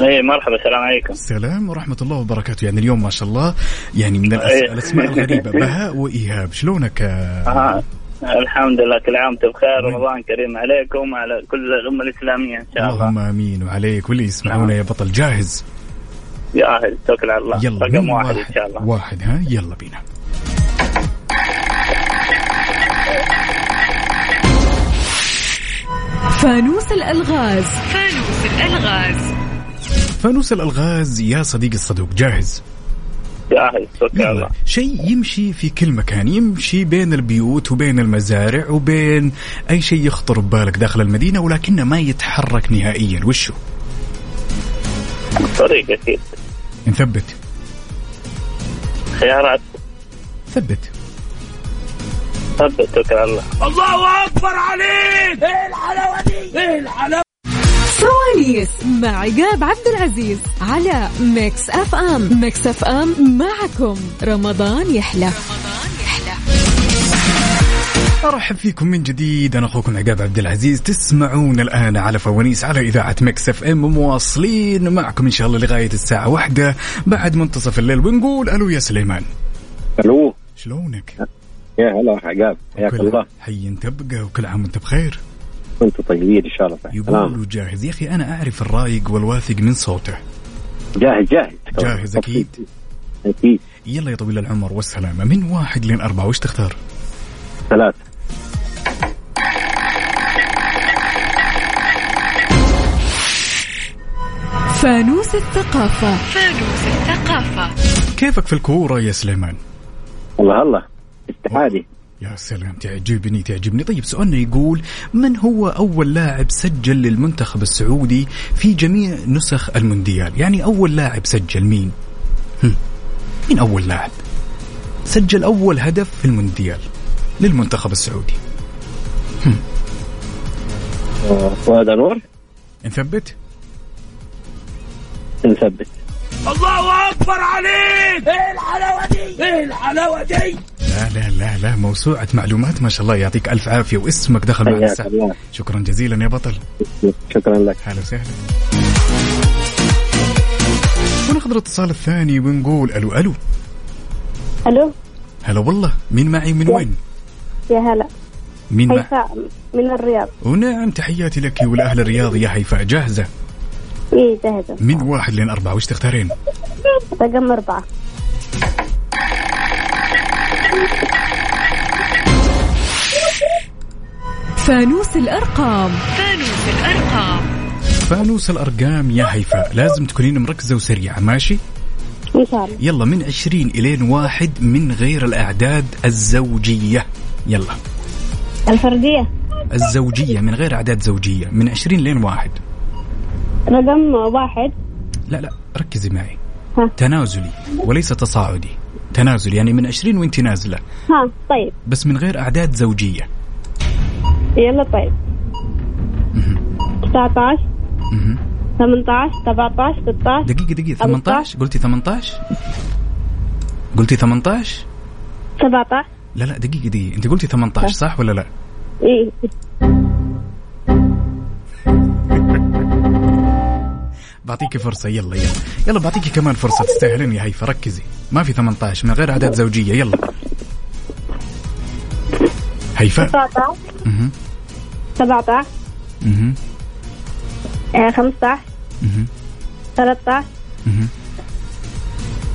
Speaker 8: ايه مرحبا السلام عليكم
Speaker 4: السلام ورحمه الله وبركاته يعني اليوم ما شاء الله يعني من الأس-
Speaker 8: إيه.
Speaker 4: الاسماء
Speaker 8: <laughs>
Speaker 4: الغريبه بهاء وايهاب شلونك آه،
Speaker 8: آه. الحمد لله كل عام وانتم بخير
Speaker 4: نعم.
Speaker 8: رمضان كريم عليكم وعلى كل الامه الاسلاميه ان شاء الله
Speaker 4: اللهم امين وعليك واللي يسمعونا يا بطل جاهز
Speaker 8: يا اهل توكل على الله
Speaker 4: يلا
Speaker 8: رقم
Speaker 4: من
Speaker 8: واحد ان شاء الله
Speaker 4: واحد ها يلا بينا
Speaker 3: فانوس الألغاز
Speaker 4: فانوس الالغاز يا صديقي الصدوق جاهز
Speaker 8: يا اهل توكل على الله
Speaker 4: يلا شيء يمشي في كل مكان يمشي بين البيوت وبين المزارع وبين أي شيء يخطر ببالك داخل المدينة ولكنه ما يتحرك نهائيا وشو
Speaker 8: الطريق اكيد
Speaker 4: نثبت
Speaker 8: خيارات
Speaker 4: ثبت
Speaker 8: ثبت توكل على الله
Speaker 3: سواليس مع عقاب عبد العزيز على ميكس اف ام ميكس اف ام معكم رمضان يحلى
Speaker 4: أرحب فيكم من جديد أنا أخوكم عقاب عبد العزيز تسمعون الآن على فوانيس على إذاعة مكس اف ام مواصلين معكم إن شاء الله لغاية الساعة واحدة بعد منتصف الليل ونقول ألو يا سليمان
Speaker 6: الو
Speaker 4: شلونك؟
Speaker 6: يا هلا عقاب حياك
Speaker 4: كل-
Speaker 6: الله
Speaker 4: حي تبقى وكل عام وأنت بخير
Speaker 6: كنتوا طيبين ان شاء الله سلام
Speaker 4: يقول جاهز يا أخي أنا أعرف الرايق والواثق من صوته
Speaker 6: جاهز جاهز
Speaker 4: جاهز أكيد
Speaker 6: اكيد
Speaker 4: يلا يا طويل العمر والسلامة من واحد لين أربعة وش تختار؟
Speaker 6: ثلاثة
Speaker 3: فانوس الثقافة
Speaker 4: كيفك في الكورة يا سليمان؟
Speaker 6: الله الله اتحادي
Speaker 4: يا سلام تعجبني تعجبني طيب سؤالنا يقول من هو أول لاعب سجل للمنتخب السعودي في جميع نسخ المونديال يعني أول لاعب سجل مين؟ هم. مين أول لاعب؟ سجل أول هدف في المونديال للمنتخب السعودي
Speaker 6: آه، فؤاد انور
Speaker 4: نثبت؟
Speaker 6: نثبت
Speaker 4: لا لا لا لا موسوعة معلومات ما شاء الله يعطيك ألف عافية واسمك دخل معنا
Speaker 6: حياك
Speaker 4: السحب.
Speaker 6: الله
Speaker 4: شكرا جزيلا يا بطل
Speaker 6: شكرا لك
Speaker 4: هلا وسهلا وناخذ الاتصال الثاني ونقول الو الو
Speaker 5: الو
Speaker 4: هلا والله مين معي من وين؟
Speaker 5: يا هلا
Speaker 4: مين معي؟
Speaker 5: هيفاء من الرياض
Speaker 4: ونعم تحياتي لك ولاهل الرياض يا هيفاء جاهزه
Speaker 5: اي زهدة
Speaker 4: من واحد لين أربعة وش تختارين؟
Speaker 5: رقم أربعة
Speaker 3: فانوس الأرقام
Speaker 4: فانوس الأرقام يا هيفاء لازم تكونين مركزة وسريعة ماشي؟
Speaker 5: إن شاء الله
Speaker 4: يلا من 20 إلين واحد من غير الأعداد الزوجية يلا
Speaker 5: الفردية
Speaker 4: الزوجية من غير أعداد زوجية من 20 لين واحد
Speaker 5: رقم واحد
Speaker 4: لا لا ركزي معي
Speaker 5: ها.
Speaker 4: تنازلي وليس تصاعدي تنازلي يعني من 20 وانت نازلة
Speaker 5: ها طيب
Speaker 4: بس من غير أعداد زوجية
Speaker 5: يلا طيب 19
Speaker 4: مهم.
Speaker 5: 18 17 16
Speaker 4: دقيقة دقيقة 18 قلتي 18 قلتي 18
Speaker 5: 17
Speaker 4: لا لا دقيقة دقيقة انت قلتي 18 صح ولا لا
Speaker 5: اي
Speaker 4: بعطيكي فرصة يلا يلا يلا بعطيكي كمان فرصة تستاهلين يا هيفا ركزي ما في 18 من غير أعداد زوجية يلا
Speaker 5: <laughs>
Speaker 4: هيفاء
Speaker 5: 19
Speaker 4: مهم.
Speaker 5: 17
Speaker 4: مهم.
Speaker 5: آه، 15
Speaker 4: مهم.
Speaker 5: 13
Speaker 4: مهم.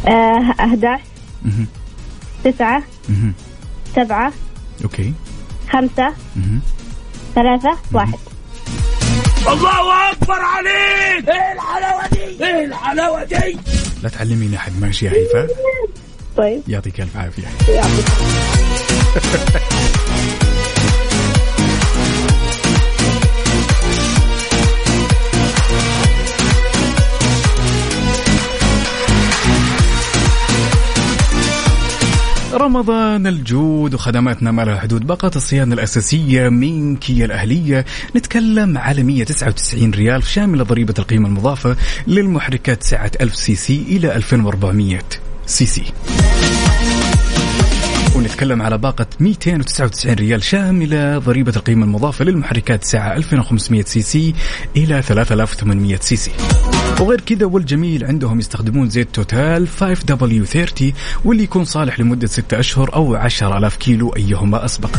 Speaker 5: آه، 11
Speaker 4: مهم.
Speaker 5: 9
Speaker 4: مهم.
Speaker 5: 7
Speaker 4: اوكي
Speaker 5: 5
Speaker 4: مهم.
Speaker 5: 3 1
Speaker 4: لا تعلمين احد ماشي يا هيفاء
Speaker 5: طيب
Speaker 4: يعطيك الف عافيه <laughs> رمضان الجود وخدماتنا ما لها حدود باقات الصيانة الأساسية من كيا الأهلية نتكلم على 199 ريال شاملة ضريبة القيمة المضافة للمحركات سعة 1000 سي سي إلى 2400 سي سي ونتكلم على باقة 299 ريال شاملة ضريبة القيمة المضافة للمحركات سعة 2500 سي سي إلى 3800 سي سي وغير كذا والجميل عندهم يستخدمون زيت توتال 5W30 واللي يكون صالح لمدة 6 أشهر أو 10000 كيلو أيهما أسبق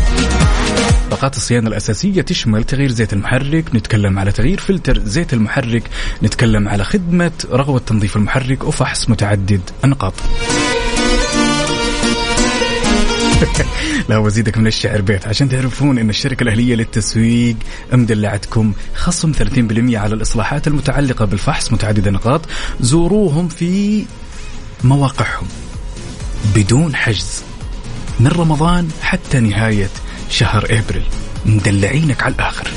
Speaker 4: باقات الصيانة الأساسية تشمل تغيير زيت المحرك نتكلم على تغيير فلتر زيت المحرك نتكلم على خدمة رغوة تنظيف المحرك وفحص متعدد النقاط لا وزيدك من الشعر بيت عشان تعرفون ان الشركه الاهليه للتسويق مدلعتكم خصم 30% على الاصلاحات المتعلقه بالفحص متعدد النقاط زوروهم في مواقعهم بدون حجز من رمضان حتى نهايه شهر ابريل مدلعينك على الاخر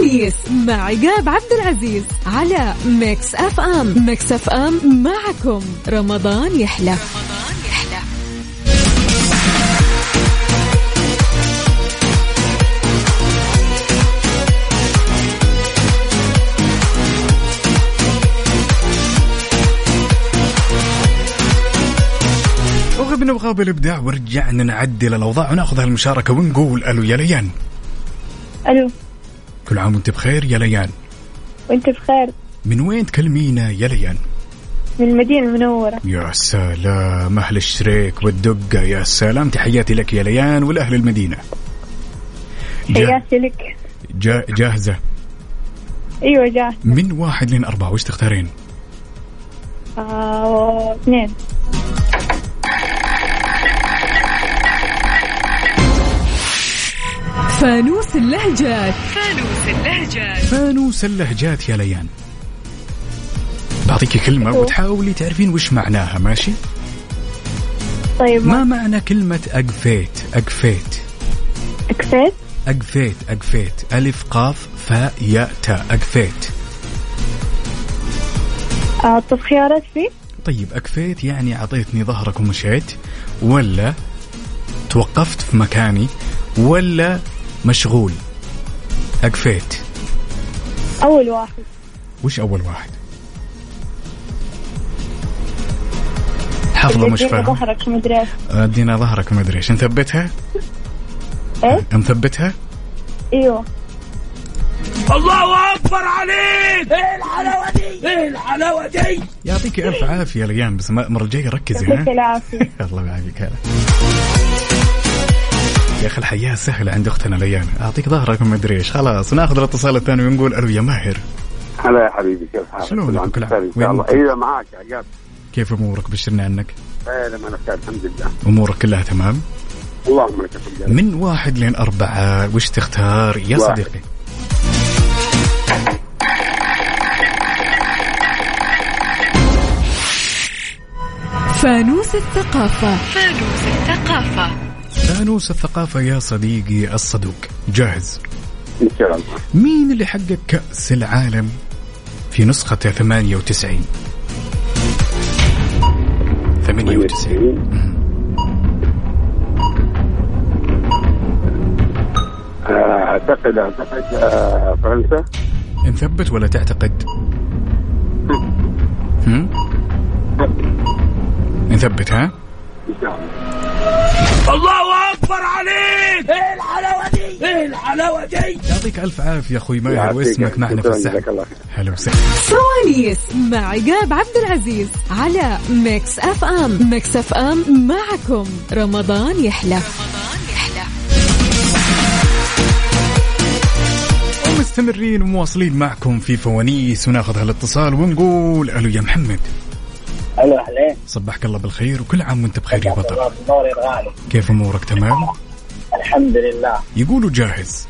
Speaker 3: سواليس مع عقاب عبد العزيز على ميكس اف ام ميكس اف ام معكم رمضان يحلى
Speaker 4: وغبنا وغاب الابداع ورجعنا نعدل الاوضاع وناخذ هالمشاركه ونقول الو يا ليان
Speaker 5: الو
Speaker 4: كل عام وانت بخير يا ليان
Speaker 5: وانت بخير
Speaker 4: من وين تكلمينا يا ليان
Speaker 5: من المدينة المنورة
Speaker 4: يا سلام أهل الشريك والدقة يا سلام تحياتي لك يا ليان والأهل المدينة جا
Speaker 5: حياتي لك
Speaker 4: جا جاهزة
Speaker 5: ايوه جاهز
Speaker 4: من واحد لين أربعة وش تختارين
Speaker 5: آه، اثنين
Speaker 3: فانوس اللهجات
Speaker 4: فانوس اللهجات يا ليان بعطيك كلمة وتحاولي تعرفين وش معناها ماشي
Speaker 5: طيب
Speaker 4: ما معنى كلمة أقفيت أقفيت
Speaker 5: كفيت
Speaker 4: أقفيت أقفيت ألف قاف فاء ياء تاء أقفيت
Speaker 5: اعطف آه، خيارات فيه
Speaker 4: طيب أكفيت يعني أعطيتني ظهرك ومشيت ولا توقفت في مكاني ولا مشغول أكفيت
Speaker 5: اول واحد
Speaker 4: وش أول واحد حافظة مش
Speaker 5: ادينا
Speaker 4: فاهم
Speaker 5: ظهرك مدري إيش.
Speaker 4: ادينا ظهرك ما ادري ايش نثبتها؟
Speaker 5: إيه؟
Speaker 4: نثبتها؟
Speaker 5: ايوه
Speaker 4: يعطيك الف عافيه ليان بس المره الجايه ركزي
Speaker 5: يعطيك
Speaker 4: ها
Speaker 5: العافية
Speaker 4: الله يعافيك هلا يا اخي الحياه سهله عند اختنا ليان اعطيك ظهرك وما ادري ايش خلاص ناخذ الاتصال الثاني ونقول الو يا ماهر
Speaker 10: هلا يا حبيبي كيف حالك؟
Speaker 4: شلونك؟
Speaker 10: كل عام
Speaker 4: كل عام.
Speaker 10: بخير ان
Speaker 4: وين
Speaker 10: شاء الله
Speaker 4: أنت؟
Speaker 10: ايوه معك عقاب
Speaker 4: كيف امورك بشرنا عنك
Speaker 10: خير ما انا بخير الحمد لله
Speaker 4: امورك كلها تمام
Speaker 10: اللهم لك الحمد
Speaker 4: من واحد لين أربعة وش تختار يا
Speaker 10: واحد.
Speaker 4: صديقي
Speaker 3: فانوس الثقافة
Speaker 4: فانوس الثقافة يا صديقي الصدوق جاهز
Speaker 10: ان شاء الله
Speaker 4: مين اللي حقق كأس العالم في نسخة 98 98
Speaker 10: آه، اعتقد اعتقد آه، فرنسا
Speaker 4: نثبت ولا تعتقد هم؟ نثبت ها
Speaker 10: ان شاء الله
Speaker 4: يعطيك ألف عافية أخوي ماهر
Speaker 10: يعافيك.
Speaker 4: واسمك معنا في
Speaker 10: شكراً، جزاك
Speaker 4: السحب
Speaker 10: الله خير.
Speaker 4: هلا وسهلا
Speaker 3: سواليس مع عقاب عبد العزيز على ميكس اف ام ميكس اف ام معكم رمضان يحلى
Speaker 4: ومستمرين ومواصلين معكم في فوانيس وناخذ هالاتصال ونقول ألو يا محمد
Speaker 8: الو اهلين
Speaker 4: صبحك الله بالخير وكل عام وانت بخير يا بطل
Speaker 8: الله بدوري الغالي
Speaker 4: كيف امورك تمام؟
Speaker 8: الحمد لله
Speaker 4: يقولوا جاهز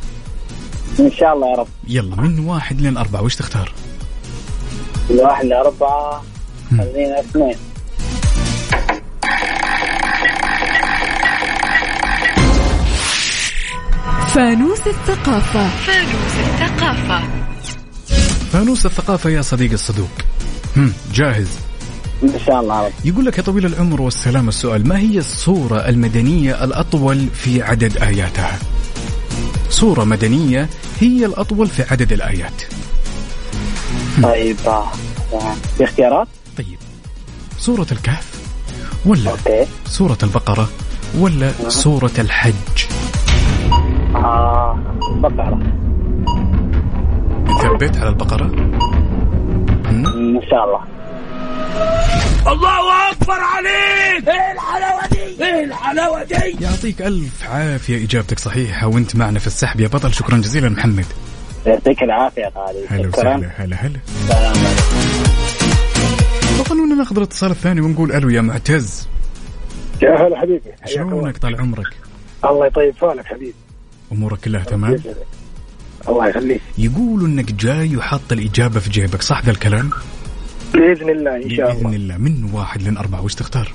Speaker 8: ان شاء الله يا رب
Speaker 4: يلا من واحد لين أربعة وش تختار؟
Speaker 8: من واحد لاربعه خلينا اثنين
Speaker 3: فانوس الثقافة
Speaker 4: فانوس الثقافة يا صديقي الصدوق هم جاهز
Speaker 8: ان شاء الله يا رب
Speaker 4: يقول لك يا طويل العمر والسلام السؤال ما هي الصورة المدنية الأطول في عدد آياتها؟ صورة مدنية هي الأطول في عدد الآيات
Speaker 8: طيب آه، آه. في اختيارات
Speaker 4: طيب سورة الكهف ولا
Speaker 8: اوكي
Speaker 4: سورة البقرة ولا سورة الحج
Speaker 8: آه. بقرة
Speaker 4: ثبت على البقرة هم؟
Speaker 8: ان شاء الله
Speaker 4: يعطيك ألف عافية إجابتك صحيحة وأنت معنا في السحب يا بطل شكرا جزيلا محمد
Speaker 8: يعطيك العافيه يا غالي
Speaker 4: هلا
Speaker 8: شكرا
Speaker 4: وسهلا هلا هلا
Speaker 8: السلام عليكم.
Speaker 4: خلونا ناخذ الاتصال الثاني ونقول ألو يا معتز
Speaker 7: يا هلا حبيبي
Speaker 4: شلونك طال عمرك
Speaker 7: الله يطيب فالك حبيبي
Speaker 4: أمورك كلها تمام
Speaker 7: الله يخليك
Speaker 4: يقولوا أنك جاي وحاط الإجابة في جيبك صح ذا الكلام
Speaker 7: باذن الله ان شاء
Speaker 4: بإذن
Speaker 7: الله
Speaker 4: الله من واحد لين أربعة وش تختار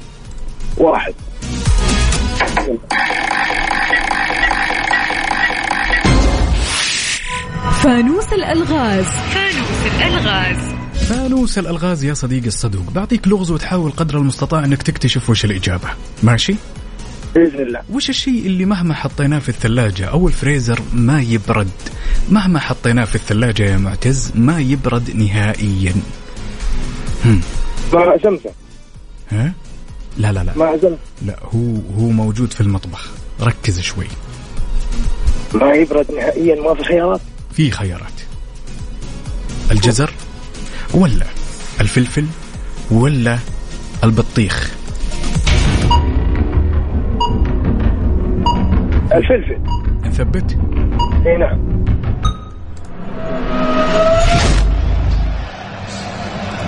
Speaker 7: واحد
Speaker 3: فانوس الألغاز
Speaker 4: فانوس الالغاز يا صديقي الصدوق بعطيك لغز وتحاول قدر المستطاع انك تكتشف وش الاجابه ماشي
Speaker 7: باذن الله
Speaker 4: وش الشيء اللي مهما حطيناه في الثلاجه او الفريزر ما يبرد مهما حطيناه في الثلاجه يا معتز ما يبرد نهائيا
Speaker 7: مع زمزم
Speaker 4: ها لا لا لا
Speaker 7: مع زمزم
Speaker 4: لا هو هو موجود في المطبخ ركز شوي
Speaker 7: ما يبرد نهائيا ما في خيارات
Speaker 4: في خيارات الجزر ولا الفلفل ولا البطيخ
Speaker 7: الفلفل
Speaker 4: نثبت
Speaker 7: اي نعم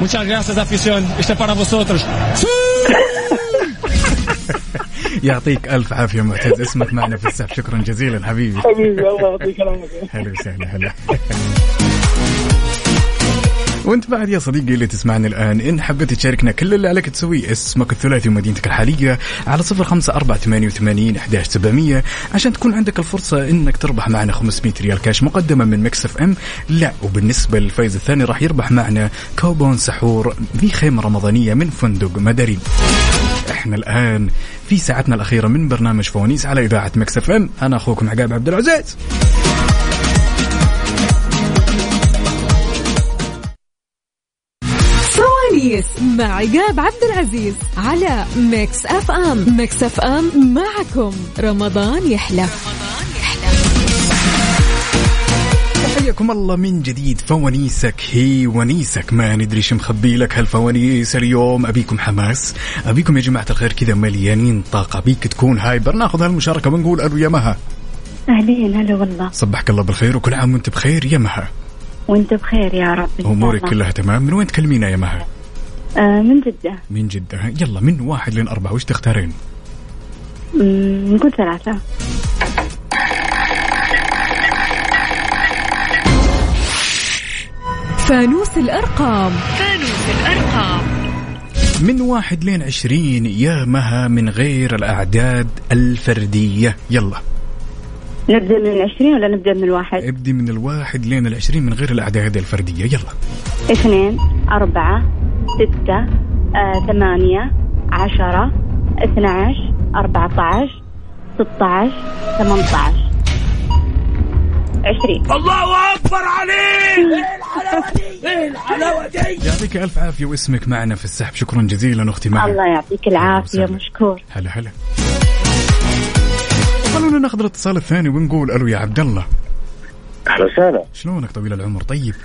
Speaker 2: Muchas gracias, afición. Este es para vosotros.
Speaker 4: <laughs> يعطيك الف عافيه معتز اسمك معنا في السحب شكرا جزيلا حبيبي
Speaker 7: حبيبي الله يعطيك العافيه
Speaker 4: هلا وسهلا هلا وانت بعد يا صديقي اللي تسمعني الان ان حبيت تشاركنا كل اللي عليك تسويه اسمك الثلاثي ومدينتك الحاليه على صفر خمسه اربعه ثمانيه وثمانين احداش سبعمئه عشان تكون عندك الفرصه انك تربح معنا 500 ريال كاش مقدمه من مكس اف ام لا وبالنسبه للفايز الثاني راح يربح معنا كوبون سحور في خيمه رمضانيه من فندق مداريب احنا الان في ساعتنا الاخيره من برنامج فوانيس على اذاعه مكس اف ام انا اخوكم عقاب عبد العزيز
Speaker 3: سواليس مع عقاب عبد العزيز على ميكس اف ام ميكس اف ام معكم رمضان يحلى
Speaker 4: تحية حياكم الله من جديد فوانيسك هي ونيسك ما ندري شو مخبي لك هالفوانيس اليوم ابيكم حماس ابيكم يا جماعه الخير كذا مليانين طاقه ابيك تكون هايبر ناخذ هالمشاركه ونقول الو يا مها
Speaker 5: اهلين هلا والله
Speaker 4: صبحك الله بالخير وكل عام وانت بخير يا مها
Speaker 5: وانت بخير يا رب إن شاء
Speaker 4: امورك
Speaker 5: الله.
Speaker 4: كلها تمام من وين تكلمينا يا مها
Speaker 5: آه من جدة
Speaker 4: من جده يلا من واحد لين اربعه وش تختارين
Speaker 5: مم، نقول ثلاثة
Speaker 3: فانوس الأرقام
Speaker 4: من واحد لين عشرين يا مها من غير الأعداد الفردية يلا
Speaker 5: نبدأ من العشرين ولا نبدأ من الواحد
Speaker 4: ابدي من الواحد لين العشرين من غير الأعداد الفردية يلا
Speaker 5: اثنين أربعة ستة آه، ثمانية عشرة اثنا عشر أربعة عشر ستة عشر ثمانية عشر عشرين
Speaker 4: يعطيك ألف عافية واسمك معنا في السحب شكرا جزيلا أختي مها
Speaker 5: الله يعطيك العافية
Speaker 4: وسهلا.
Speaker 5: مشكور
Speaker 4: هلا هلا خلونا ناخذ الاتصال الثاني ونقول ألو يا عبد الله
Speaker 10: اهلا وسهلا
Speaker 4: شلونك طويل العمر طيب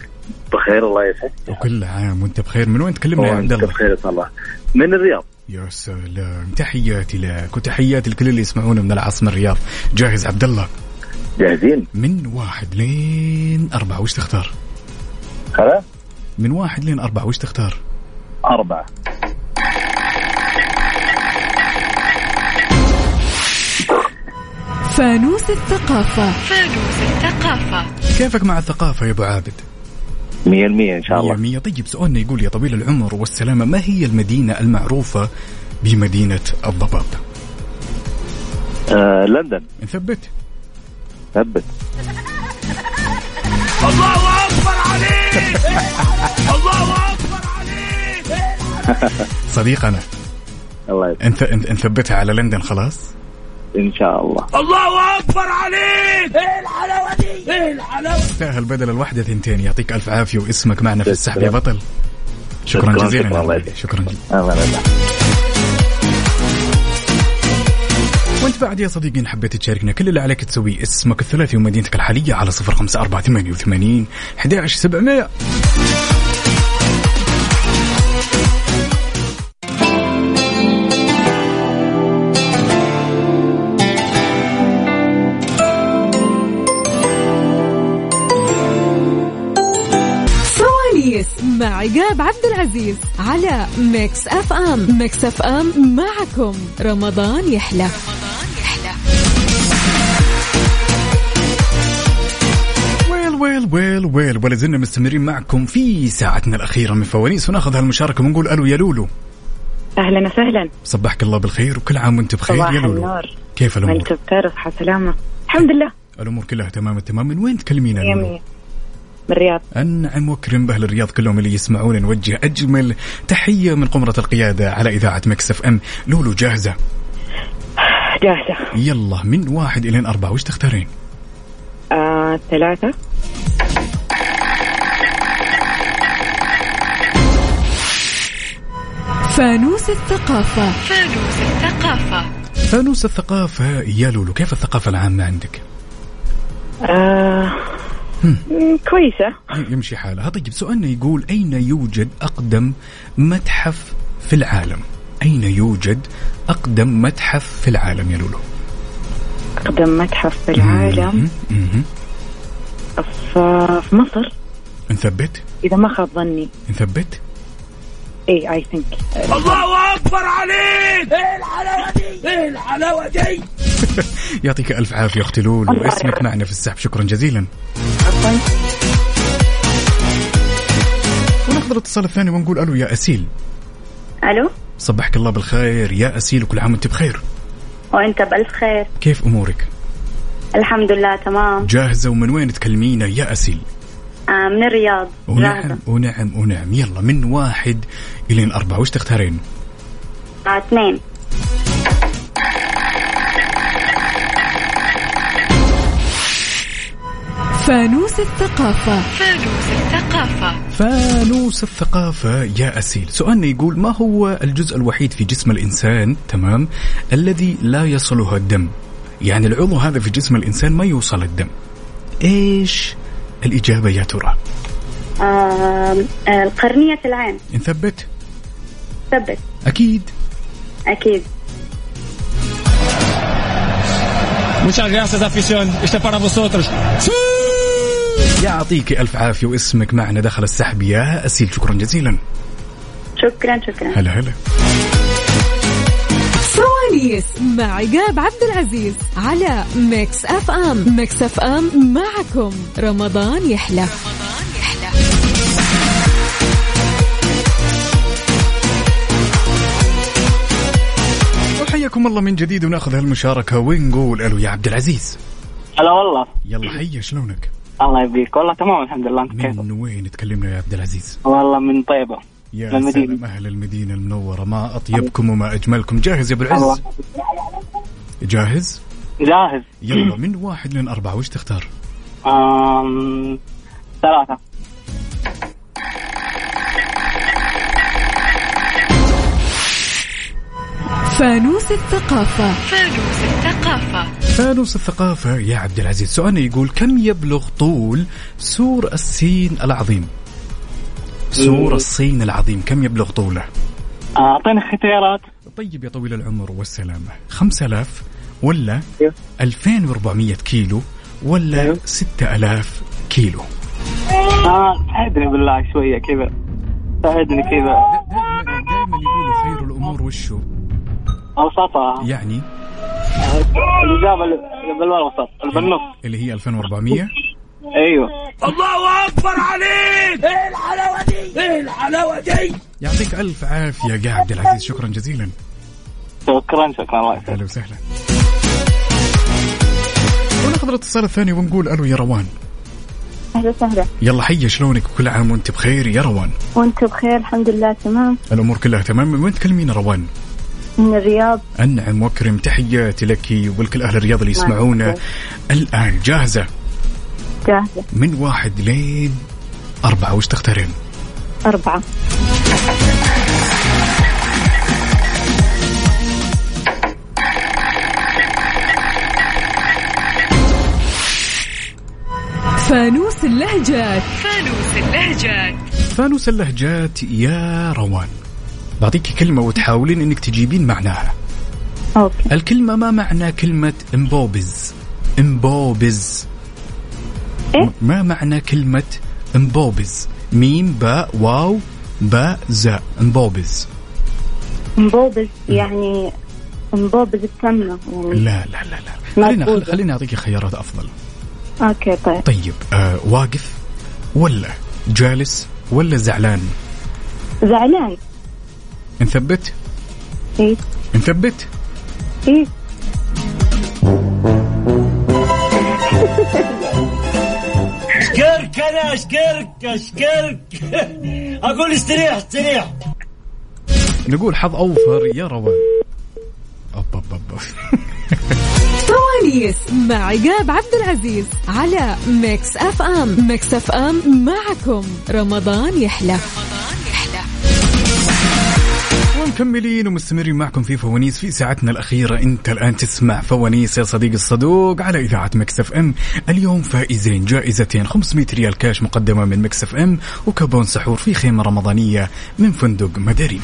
Speaker 10: بخير الله يسعدك
Speaker 4: وكل عام وانت بخير من وين تكلمنا يا
Speaker 10: وانت
Speaker 4: عبد الله
Speaker 10: بخير ان شاء الله من الرياض
Speaker 4: يا سلام تحياتي لك وتحياتي لكل اللي يسمعونا من العاصمة الرياض جاهز عبد الله
Speaker 10: جاهزين
Speaker 4: من واحد لين أربعة وش تختار؟
Speaker 10: خلاص
Speaker 4: من واحد لين أربعة وش تختار؟
Speaker 10: أربعة
Speaker 3: فانوس الثقافة
Speaker 4: كيفك مع الثقافة يا أبو عابد؟
Speaker 10: مية المية إن شاء
Speaker 4: مية
Speaker 10: الله
Speaker 4: مية طيب سؤالنا يقول يا طويل العمر والسلامة ما هي المدينة المعروفة بمدينة الضباب؟
Speaker 10: آه لندن
Speaker 4: نثبت
Speaker 10: ثبت
Speaker 4: صديقنا
Speaker 10: الله يسعدك
Speaker 4: انت انت- نثبتها على لندن خلاص؟
Speaker 10: إن شاء الله
Speaker 4: تستاهل بدل الوحدة ثنتين يعطيك ألف عافية واسمك معنا في السحب يا بطل شكرا
Speaker 10: شكراً،
Speaker 4: جزيلا
Speaker 10: شكراً، الله
Speaker 4: شكرا,
Speaker 10: يسعدك.
Speaker 4: شكرا جزيلا
Speaker 10: الله يسعدك.
Speaker 4: وانت بعد يا صديقي إن حبيت تشاركنا كل اللي عليك تسويه اسمك الثلاثي ومدينتك الحالية على صفر خمسة أربعة ثمانية وثمانين أحد عشر سبعمية
Speaker 3: سواليس مع عقاب عبد العزيز على ميكس اف ام ميكس اف ام معكم رمضان يحلى
Speaker 4: ويل ويل ويل ويل ولا زلنا مستمرين معكم في ساعتنا الأخيرة من فوانيس وناخذ هالمشاركة ونقول ألو يا لولو
Speaker 5: أهلا وسهلا
Speaker 4: صبحك الله بالخير وكل عام وانت بخير
Speaker 5: صباح
Speaker 4: يا لولو
Speaker 5: النور.
Speaker 4: كيف
Speaker 5: وانت
Speaker 4: الأمور؟
Speaker 5: بخير وصحة سلامة الحمد لله
Speaker 4: الأمور كلها تمام التمام من وين تكلمينا
Speaker 5: مية
Speaker 4: لولو؟
Speaker 5: مية من الرياض
Speaker 4: أنعم وكرم بأهل الرياض كلهم اللي يسمعون نوجه أجمل تحية من قمرة القيادة على إذاعة مكسف أم لولو جاهزة
Speaker 5: جاهزة
Speaker 4: يلا من واحد إلى أربعة وش تختارين؟
Speaker 5: آه، ثلاثة
Speaker 3: فانوس الثقافة
Speaker 4: فانوس الثقافة يا لولو كيف الثقافة العامة عندك؟
Speaker 5: آه، مم، كويسة
Speaker 4: يمشي حالها طيب سؤالنا يقول أين يوجد أقدم متحف في العالم؟ أين يوجد أقدم متحف في العالم يا لولو؟
Speaker 5: أقدم متحف في العالم
Speaker 4: مم، مم.
Speaker 5: في في مصر
Speaker 4: نثبت؟
Speaker 5: إذا ما خاب ظني إيه،
Speaker 4: نثبت؟
Speaker 5: إي أي ثينك
Speaker 4: يعطيك ألف عافية أختي لولو اسمك معنا في السحب شكرا جزيلا وناخذ الاتصال الثاني ونقول ألو يا أسيل
Speaker 5: ألو
Speaker 4: صبحك الله بالخير يا أسيل وكل عام وأنت بخير
Speaker 5: وأنت بألف خير
Speaker 4: كيف أمورك؟
Speaker 5: الحمد لله تمام
Speaker 4: جاهزة ومن وين تكلمينا يا أسيل؟
Speaker 5: آه، من الرياض
Speaker 4: ونعم ونعم ونعم يلا من واحد إلى أربعة وش تختارين؟
Speaker 5: آه، اثنين
Speaker 3: فانوس الثقافة
Speaker 4: فانوس الثقافة يا أسيل سؤالنا يقول ما هو الجزء الوحيد في جسم الإنسان تمام الذي لا يصله الدم يعني العضو هذا في جسم الإنسان ما يوصل الدم إيش الإجابة يا ترى
Speaker 11: آم، آه، القرنية في العين
Speaker 4: نثبت
Speaker 11: ثبت
Speaker 4: أكيد
Speaker 11: أكيد
Speaker 2: Muchas gracias, afición. Este es para vosotros.
Speaker 4: يعطيك ألف عافية واسمك معنا دخل السحب يا أسيل شكرا جزيلا
Speaker 11: شكرا شكرا
Speaker 4: هلا هلا
Speaker 3: سواليس مع عقاب عبد العزيز على ميكس اف ام ميكس اف ام معكم رمضان يحلى
Speaker 4: وحياكم الله من جديد وناخذ هالمشاركة ونقول ألو يا عبد العزيز
Speaker 12: هلا والله
Speaker 4: يلا حي شلونك
Speaker 12: الله يبقيك والله تمام الحمد لله انت كيفك
Speaker 4: من وين تكلمنا يا عبد العزيز
Speaker 12: والله من طيبه من
Speaker 4: يا
Speaker 12: المدينه
Speaker 4: سلام أهل المدينة المنورة ما أطيبكم وما أجملكم جاهز يا أبو العز جاهز
Speaker 12: جاهز
Speaker 4: يلا من واحد لين أربعة وش تختار
Speaker 12: آم... ثلاثه
Speaker 3: فانوس الثقافة
Speaker 13: فانوس الثقافة
Speaker 4: فانوس الثقافة يا عبد العزيز سؤالنا يقول كم يبلغ طول سور الصين العظيم سور
Speaker 12: مم.
Speaker 4: الصين العظيم كم يبلغ طوله
Speaker 12: اعطيني اختيارات
Speaker 4: طيب يا طويل العمر والسلامة 5000 ولا 2400 كيلو ولا 6000 كيلو
Speaker 12: آه، ساعدني بالله شويه كذا ساعدني كذا
Speaker 4: دائما يقولوا خير الامور وشو؟
Speaker 12: اوسطها
Speaker 4: يعني
Speaker 12: الاجابه اللي بالوسط اللي بالنص
Speaker 4: اللي هي 2400
Speaker 12: ايوه
Speaker 13: الله أكبر عليك إيه الحلاوة دي إيه الحلاوة دي
Speaker 4: يعطيك ألف عافية يا عبد العزيز شكرا جزيلا
Speaker 12: شكرا شكرا الله يسعدك
Speaker 4: أهلا وسهلا وناخذ الاتصال الثاني ونقول ألو يا روان
Speaker 5: اهلا وسهلا
Speaker 4: يلا حيا شلونك كل عام وانت بخير يا روان
Speaker 5: وانتم بخير الحمد لله تمام
Speaker 4: الامور كلها تمام من وين تكلمين روان
Speaker 5: من الرياض
Speaker 4: انعم واكرم تحياتي لك ولكل اهل الرياض اللي يسمعونا الان جاهزه
Speaker 5: جاهزة
Speaker 4: من واحد لين أربعة وش تختارين؟
Speaker 5: أربعة
Speaker 3: فانوس اللهجات
Speaker 13: فانوس اللهجات
Speaker 4: فانوس اللهجات يا روان بعطيك كلمة وتحاولين انك تجيبين معناها
Speaker 5: أوكي.
Speaker 4: الكلمة ما معنى كلمة امبوبز امبوبز إيه؟ ما معنى كلمة امبوبز ميم باء واو باء زاء امبوبز
Speaker 5: مبوبز يعني مبوبز السمنة يعني، و...
Speaker 4: لا لا لا لا خلينا خلينا اعطيك خيارات افضل
Speaker 5: أوكي طيب
Speaker 4: طيب آه واقف ولا جالس ولا زعلان
Speaker 5: زعلان
Speaker 4: نثبت
Speaker 5: إيه
Speaker 4: نثبت
Speaker 5: إيه
Speaker 13: اشكرك انا اشكرك اشكرك اقول استريح استريح
Speaker 4: نقول حظ اوفر يا روان أب أب أب.
Speaker 3: فوانيس مع عقاب عبد العزيز على ميكس اف ام ميكس اف ام معكم رمضان يحلى
Speaker 4: ومكملين ومستمرين معكم في فوانيس في ساعتنا الأخيرة أنت الآن تسمع فوانيس يا صديقي الصدوق على إذاعة مكسف أم اليوم فائزين جائزتين 500 ريال كاش مقدمة من مكسف أم وكبون سحور في خيمة رمضانية من فندق مداري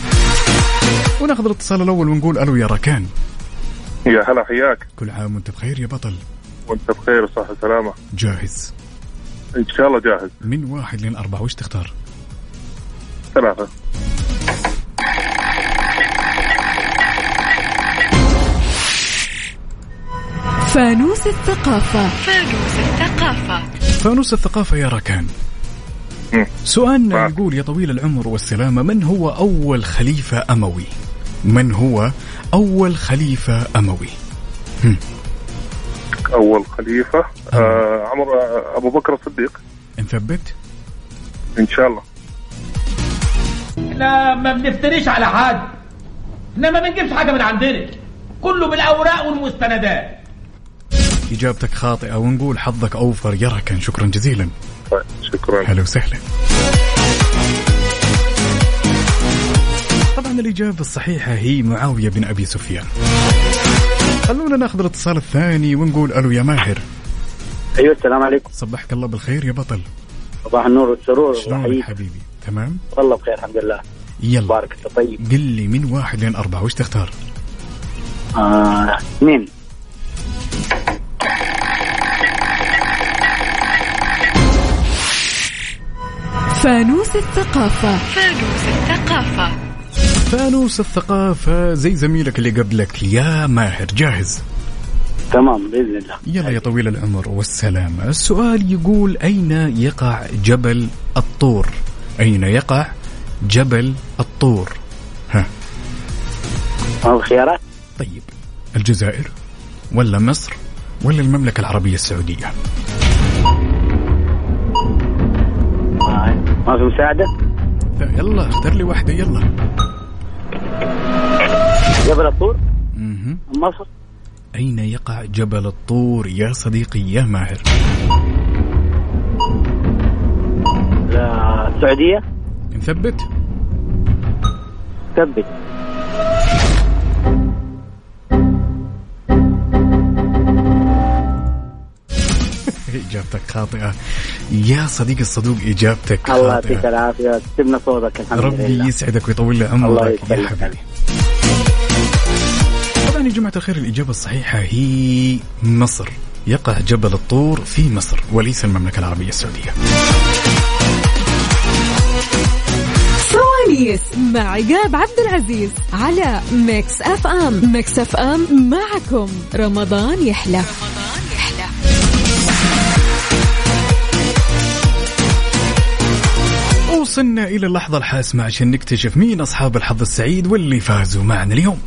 Speaker 4: وناخذ الاتصال الأول ونقول ألو يا ركان
Speaker 14: يا هلا حياك
Speaker 4: كل عام وانت بخير يا بطل
Speaker 14: وانت بخير وصحة وسلامة
Speaker 4: جاهز
Speaker 14: ان شاء الله جاهز
Speaker 4: من واحد لين أربعة وش تختار
Speaker 14: ثلاثة
Speaker 3: فانوس الثقافة
Speaker 13: فانوس الثقافة
Speaker 4: فانوس الثقافة يا ركان سؤالنا يقول يا طويل العمر والسلامة من هو أول خليفة أموي من هو أول خليفة أموي
Speaker 14: اول خليفة آه عمر آه، ابو بكر الصديق
Speaker 4: نثبت
Speaker 14: ان شاء الله
Speaker 9: احنا ما بنفتريش على حد احنا ما بنجيبش حاجه من عندنا كله بالاوراق والمستندات
Speaker 4: إجابتك خاطئة ونقول حظك أوفر يا ركان شكرا جزيلا
Speaker 14: طيب، شكرا
Speaker 4: هلا وسهلا طبعا الإجابة الصحيحة هي معاوية بن أبي سفيان خلونا ناخذ الاتصال الثاني ونقول ألو يا ماهر
Speaker 15: ايوه السلام عليكم
Speaker 4: صبحك الله بالخير يا بطل
Speaker 15: صباح النور والسرور الله
Speaker 4: شلونك
Speaker 15: يحييك
Speaker 4: حبيبي تمام
Speaker 15: والله بخير الحمد لله
Speaker 4: يلا
Speaker 15: بارك الله طيب
Speaker 4: قل لي من واحد لين أربعة وش تختار
Speaker 15: آه، اثنين
Speaker 3: فانوس الثقافة
Speaker 16: فانوس الثقافة
Speaker 4: فانوس الثقافة زي زميلك اللي قبلك يا ماهر جاهز
Speaker 15: تمام باذن الله
Speaker 4: يلا يا طويل العمر والسلامة السؤال يقول أين يقع جبل الطور أين يقع جبل الطور ها
Speaker 15: الخيارات
Speaker 4: طيب الجزائر ولا مصر ولا المملكة العربية السعودية
Speaker 15: آه، ما في مساعده
Speaker 4: لا، يلا اختار لي واحدة يلا
Speaker 15: جبل الطور
Speaker 4: مهم.
Speaker 15: مصر
Speaker 4: أين يقع جبل الطور يا صديقي يا ماهر
Speaker 15: لا، السعوديه
Speaker 4: نثبت
Speaker 15: ثبت
Speaker 4: إجابتك خاطئة يا صديقي الصدوق إجابتك
Speaker 15: الله
Speaker 4: خاطئة
Speaker 15: يعطيك العافيه سمنا صوتك الحمد
Speaker 4: ربي
Speaker 15: لله
Speaker 4: يسعدك ويطول لي
Speaker 15: الله
Speaker 4: عمرك يا
Speaker 15: يسلمك.
Speaker 4: حبيبي طبعا يا جماعة الخير الإجابة الصحيحة هي مصر يقع جبل الطور في مصر وليس المملكة العربية السعودية
Speaker 3: سواليس مع عقاب عبد العزيز على ميكس اف ام ميكس اف ام معكم رمضان يحلى
Speaker 4: وصلنا إلى اللحظة الحاسمة عشان نكتشف مين أصحاب الحظ السعيد واللي فازوا معنا اليوم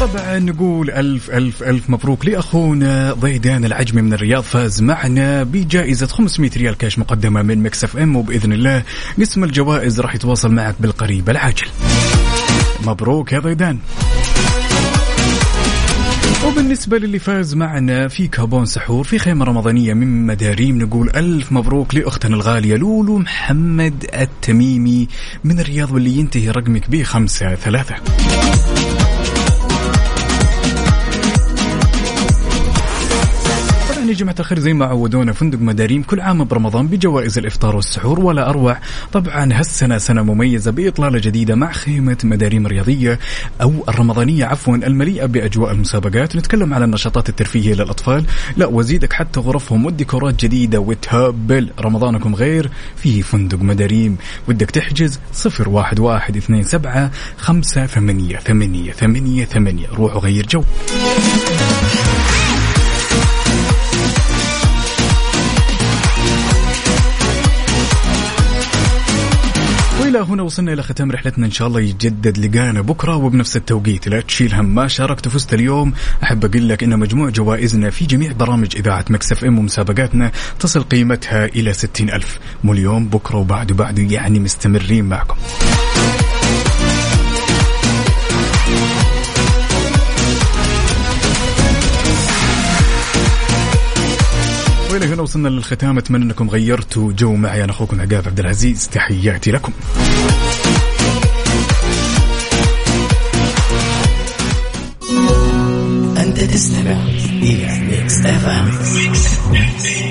Speaker 4: طبعا نقول ألف ألف ألف مبروك لأخونا ضيدان العجمي من الرياض فاز معنا بجائزة 500 ريال كاش مقدمة من مكسف أم وبإذن الله قسم الجوائز راح يتواصل معك بالقريب العاجل مبروك يا ضيدان وبالنسبة للي فاز معنا في كابون سحور في خيمة رمضانية من مداريم نقول ألف مبروك لأختنا الغالية لولو محمد التميمي من الرياض واللي ينتهي رقمك بخمسة ثلاثة طبعا يا جماعة الخير زي ما عودونا فندق مداريم كل عام برمضان بجوائز الإفطار والسحور ولا أروع طبعا هالسنة سنة مميزة بإطلالة جديدة مع خيمة مداريم الرياضية أو الرمضانية عفوا المليئة بأجواء المسابقات نتكلم على النشاطات الترفيهية للأطفال لا وزيدك حتى غرفهم وديكورات جديدة وتهبل رمضانكم غير في فندق مداريم ودك تحجز 011 خمسة ثمانية ثمانية ثمانية ثمانية روحوا غير جو والى هنا وصلنا الى ختام رحلتنا ان شاء الله يتجدد لقانا بكره وبنفس التوقيت لا تشيل هم ما شاركت وفزت اليوم احب اقول لك ان مجموع جوائزنا في جميع برامج اذاعه مكسف ام ومسابقاتنا تصل قيمتها الى 60 الف مو اليوم بكره وبعده بعده يعني مستمرين معكم والى هنا وصلنا للختام اتمنى انكم غيرتوا جو معي انا اخوكم عقاب عبد العزيز تحياتي لكم
Speaker 17: أنت تستمع إلى ميكس أف أم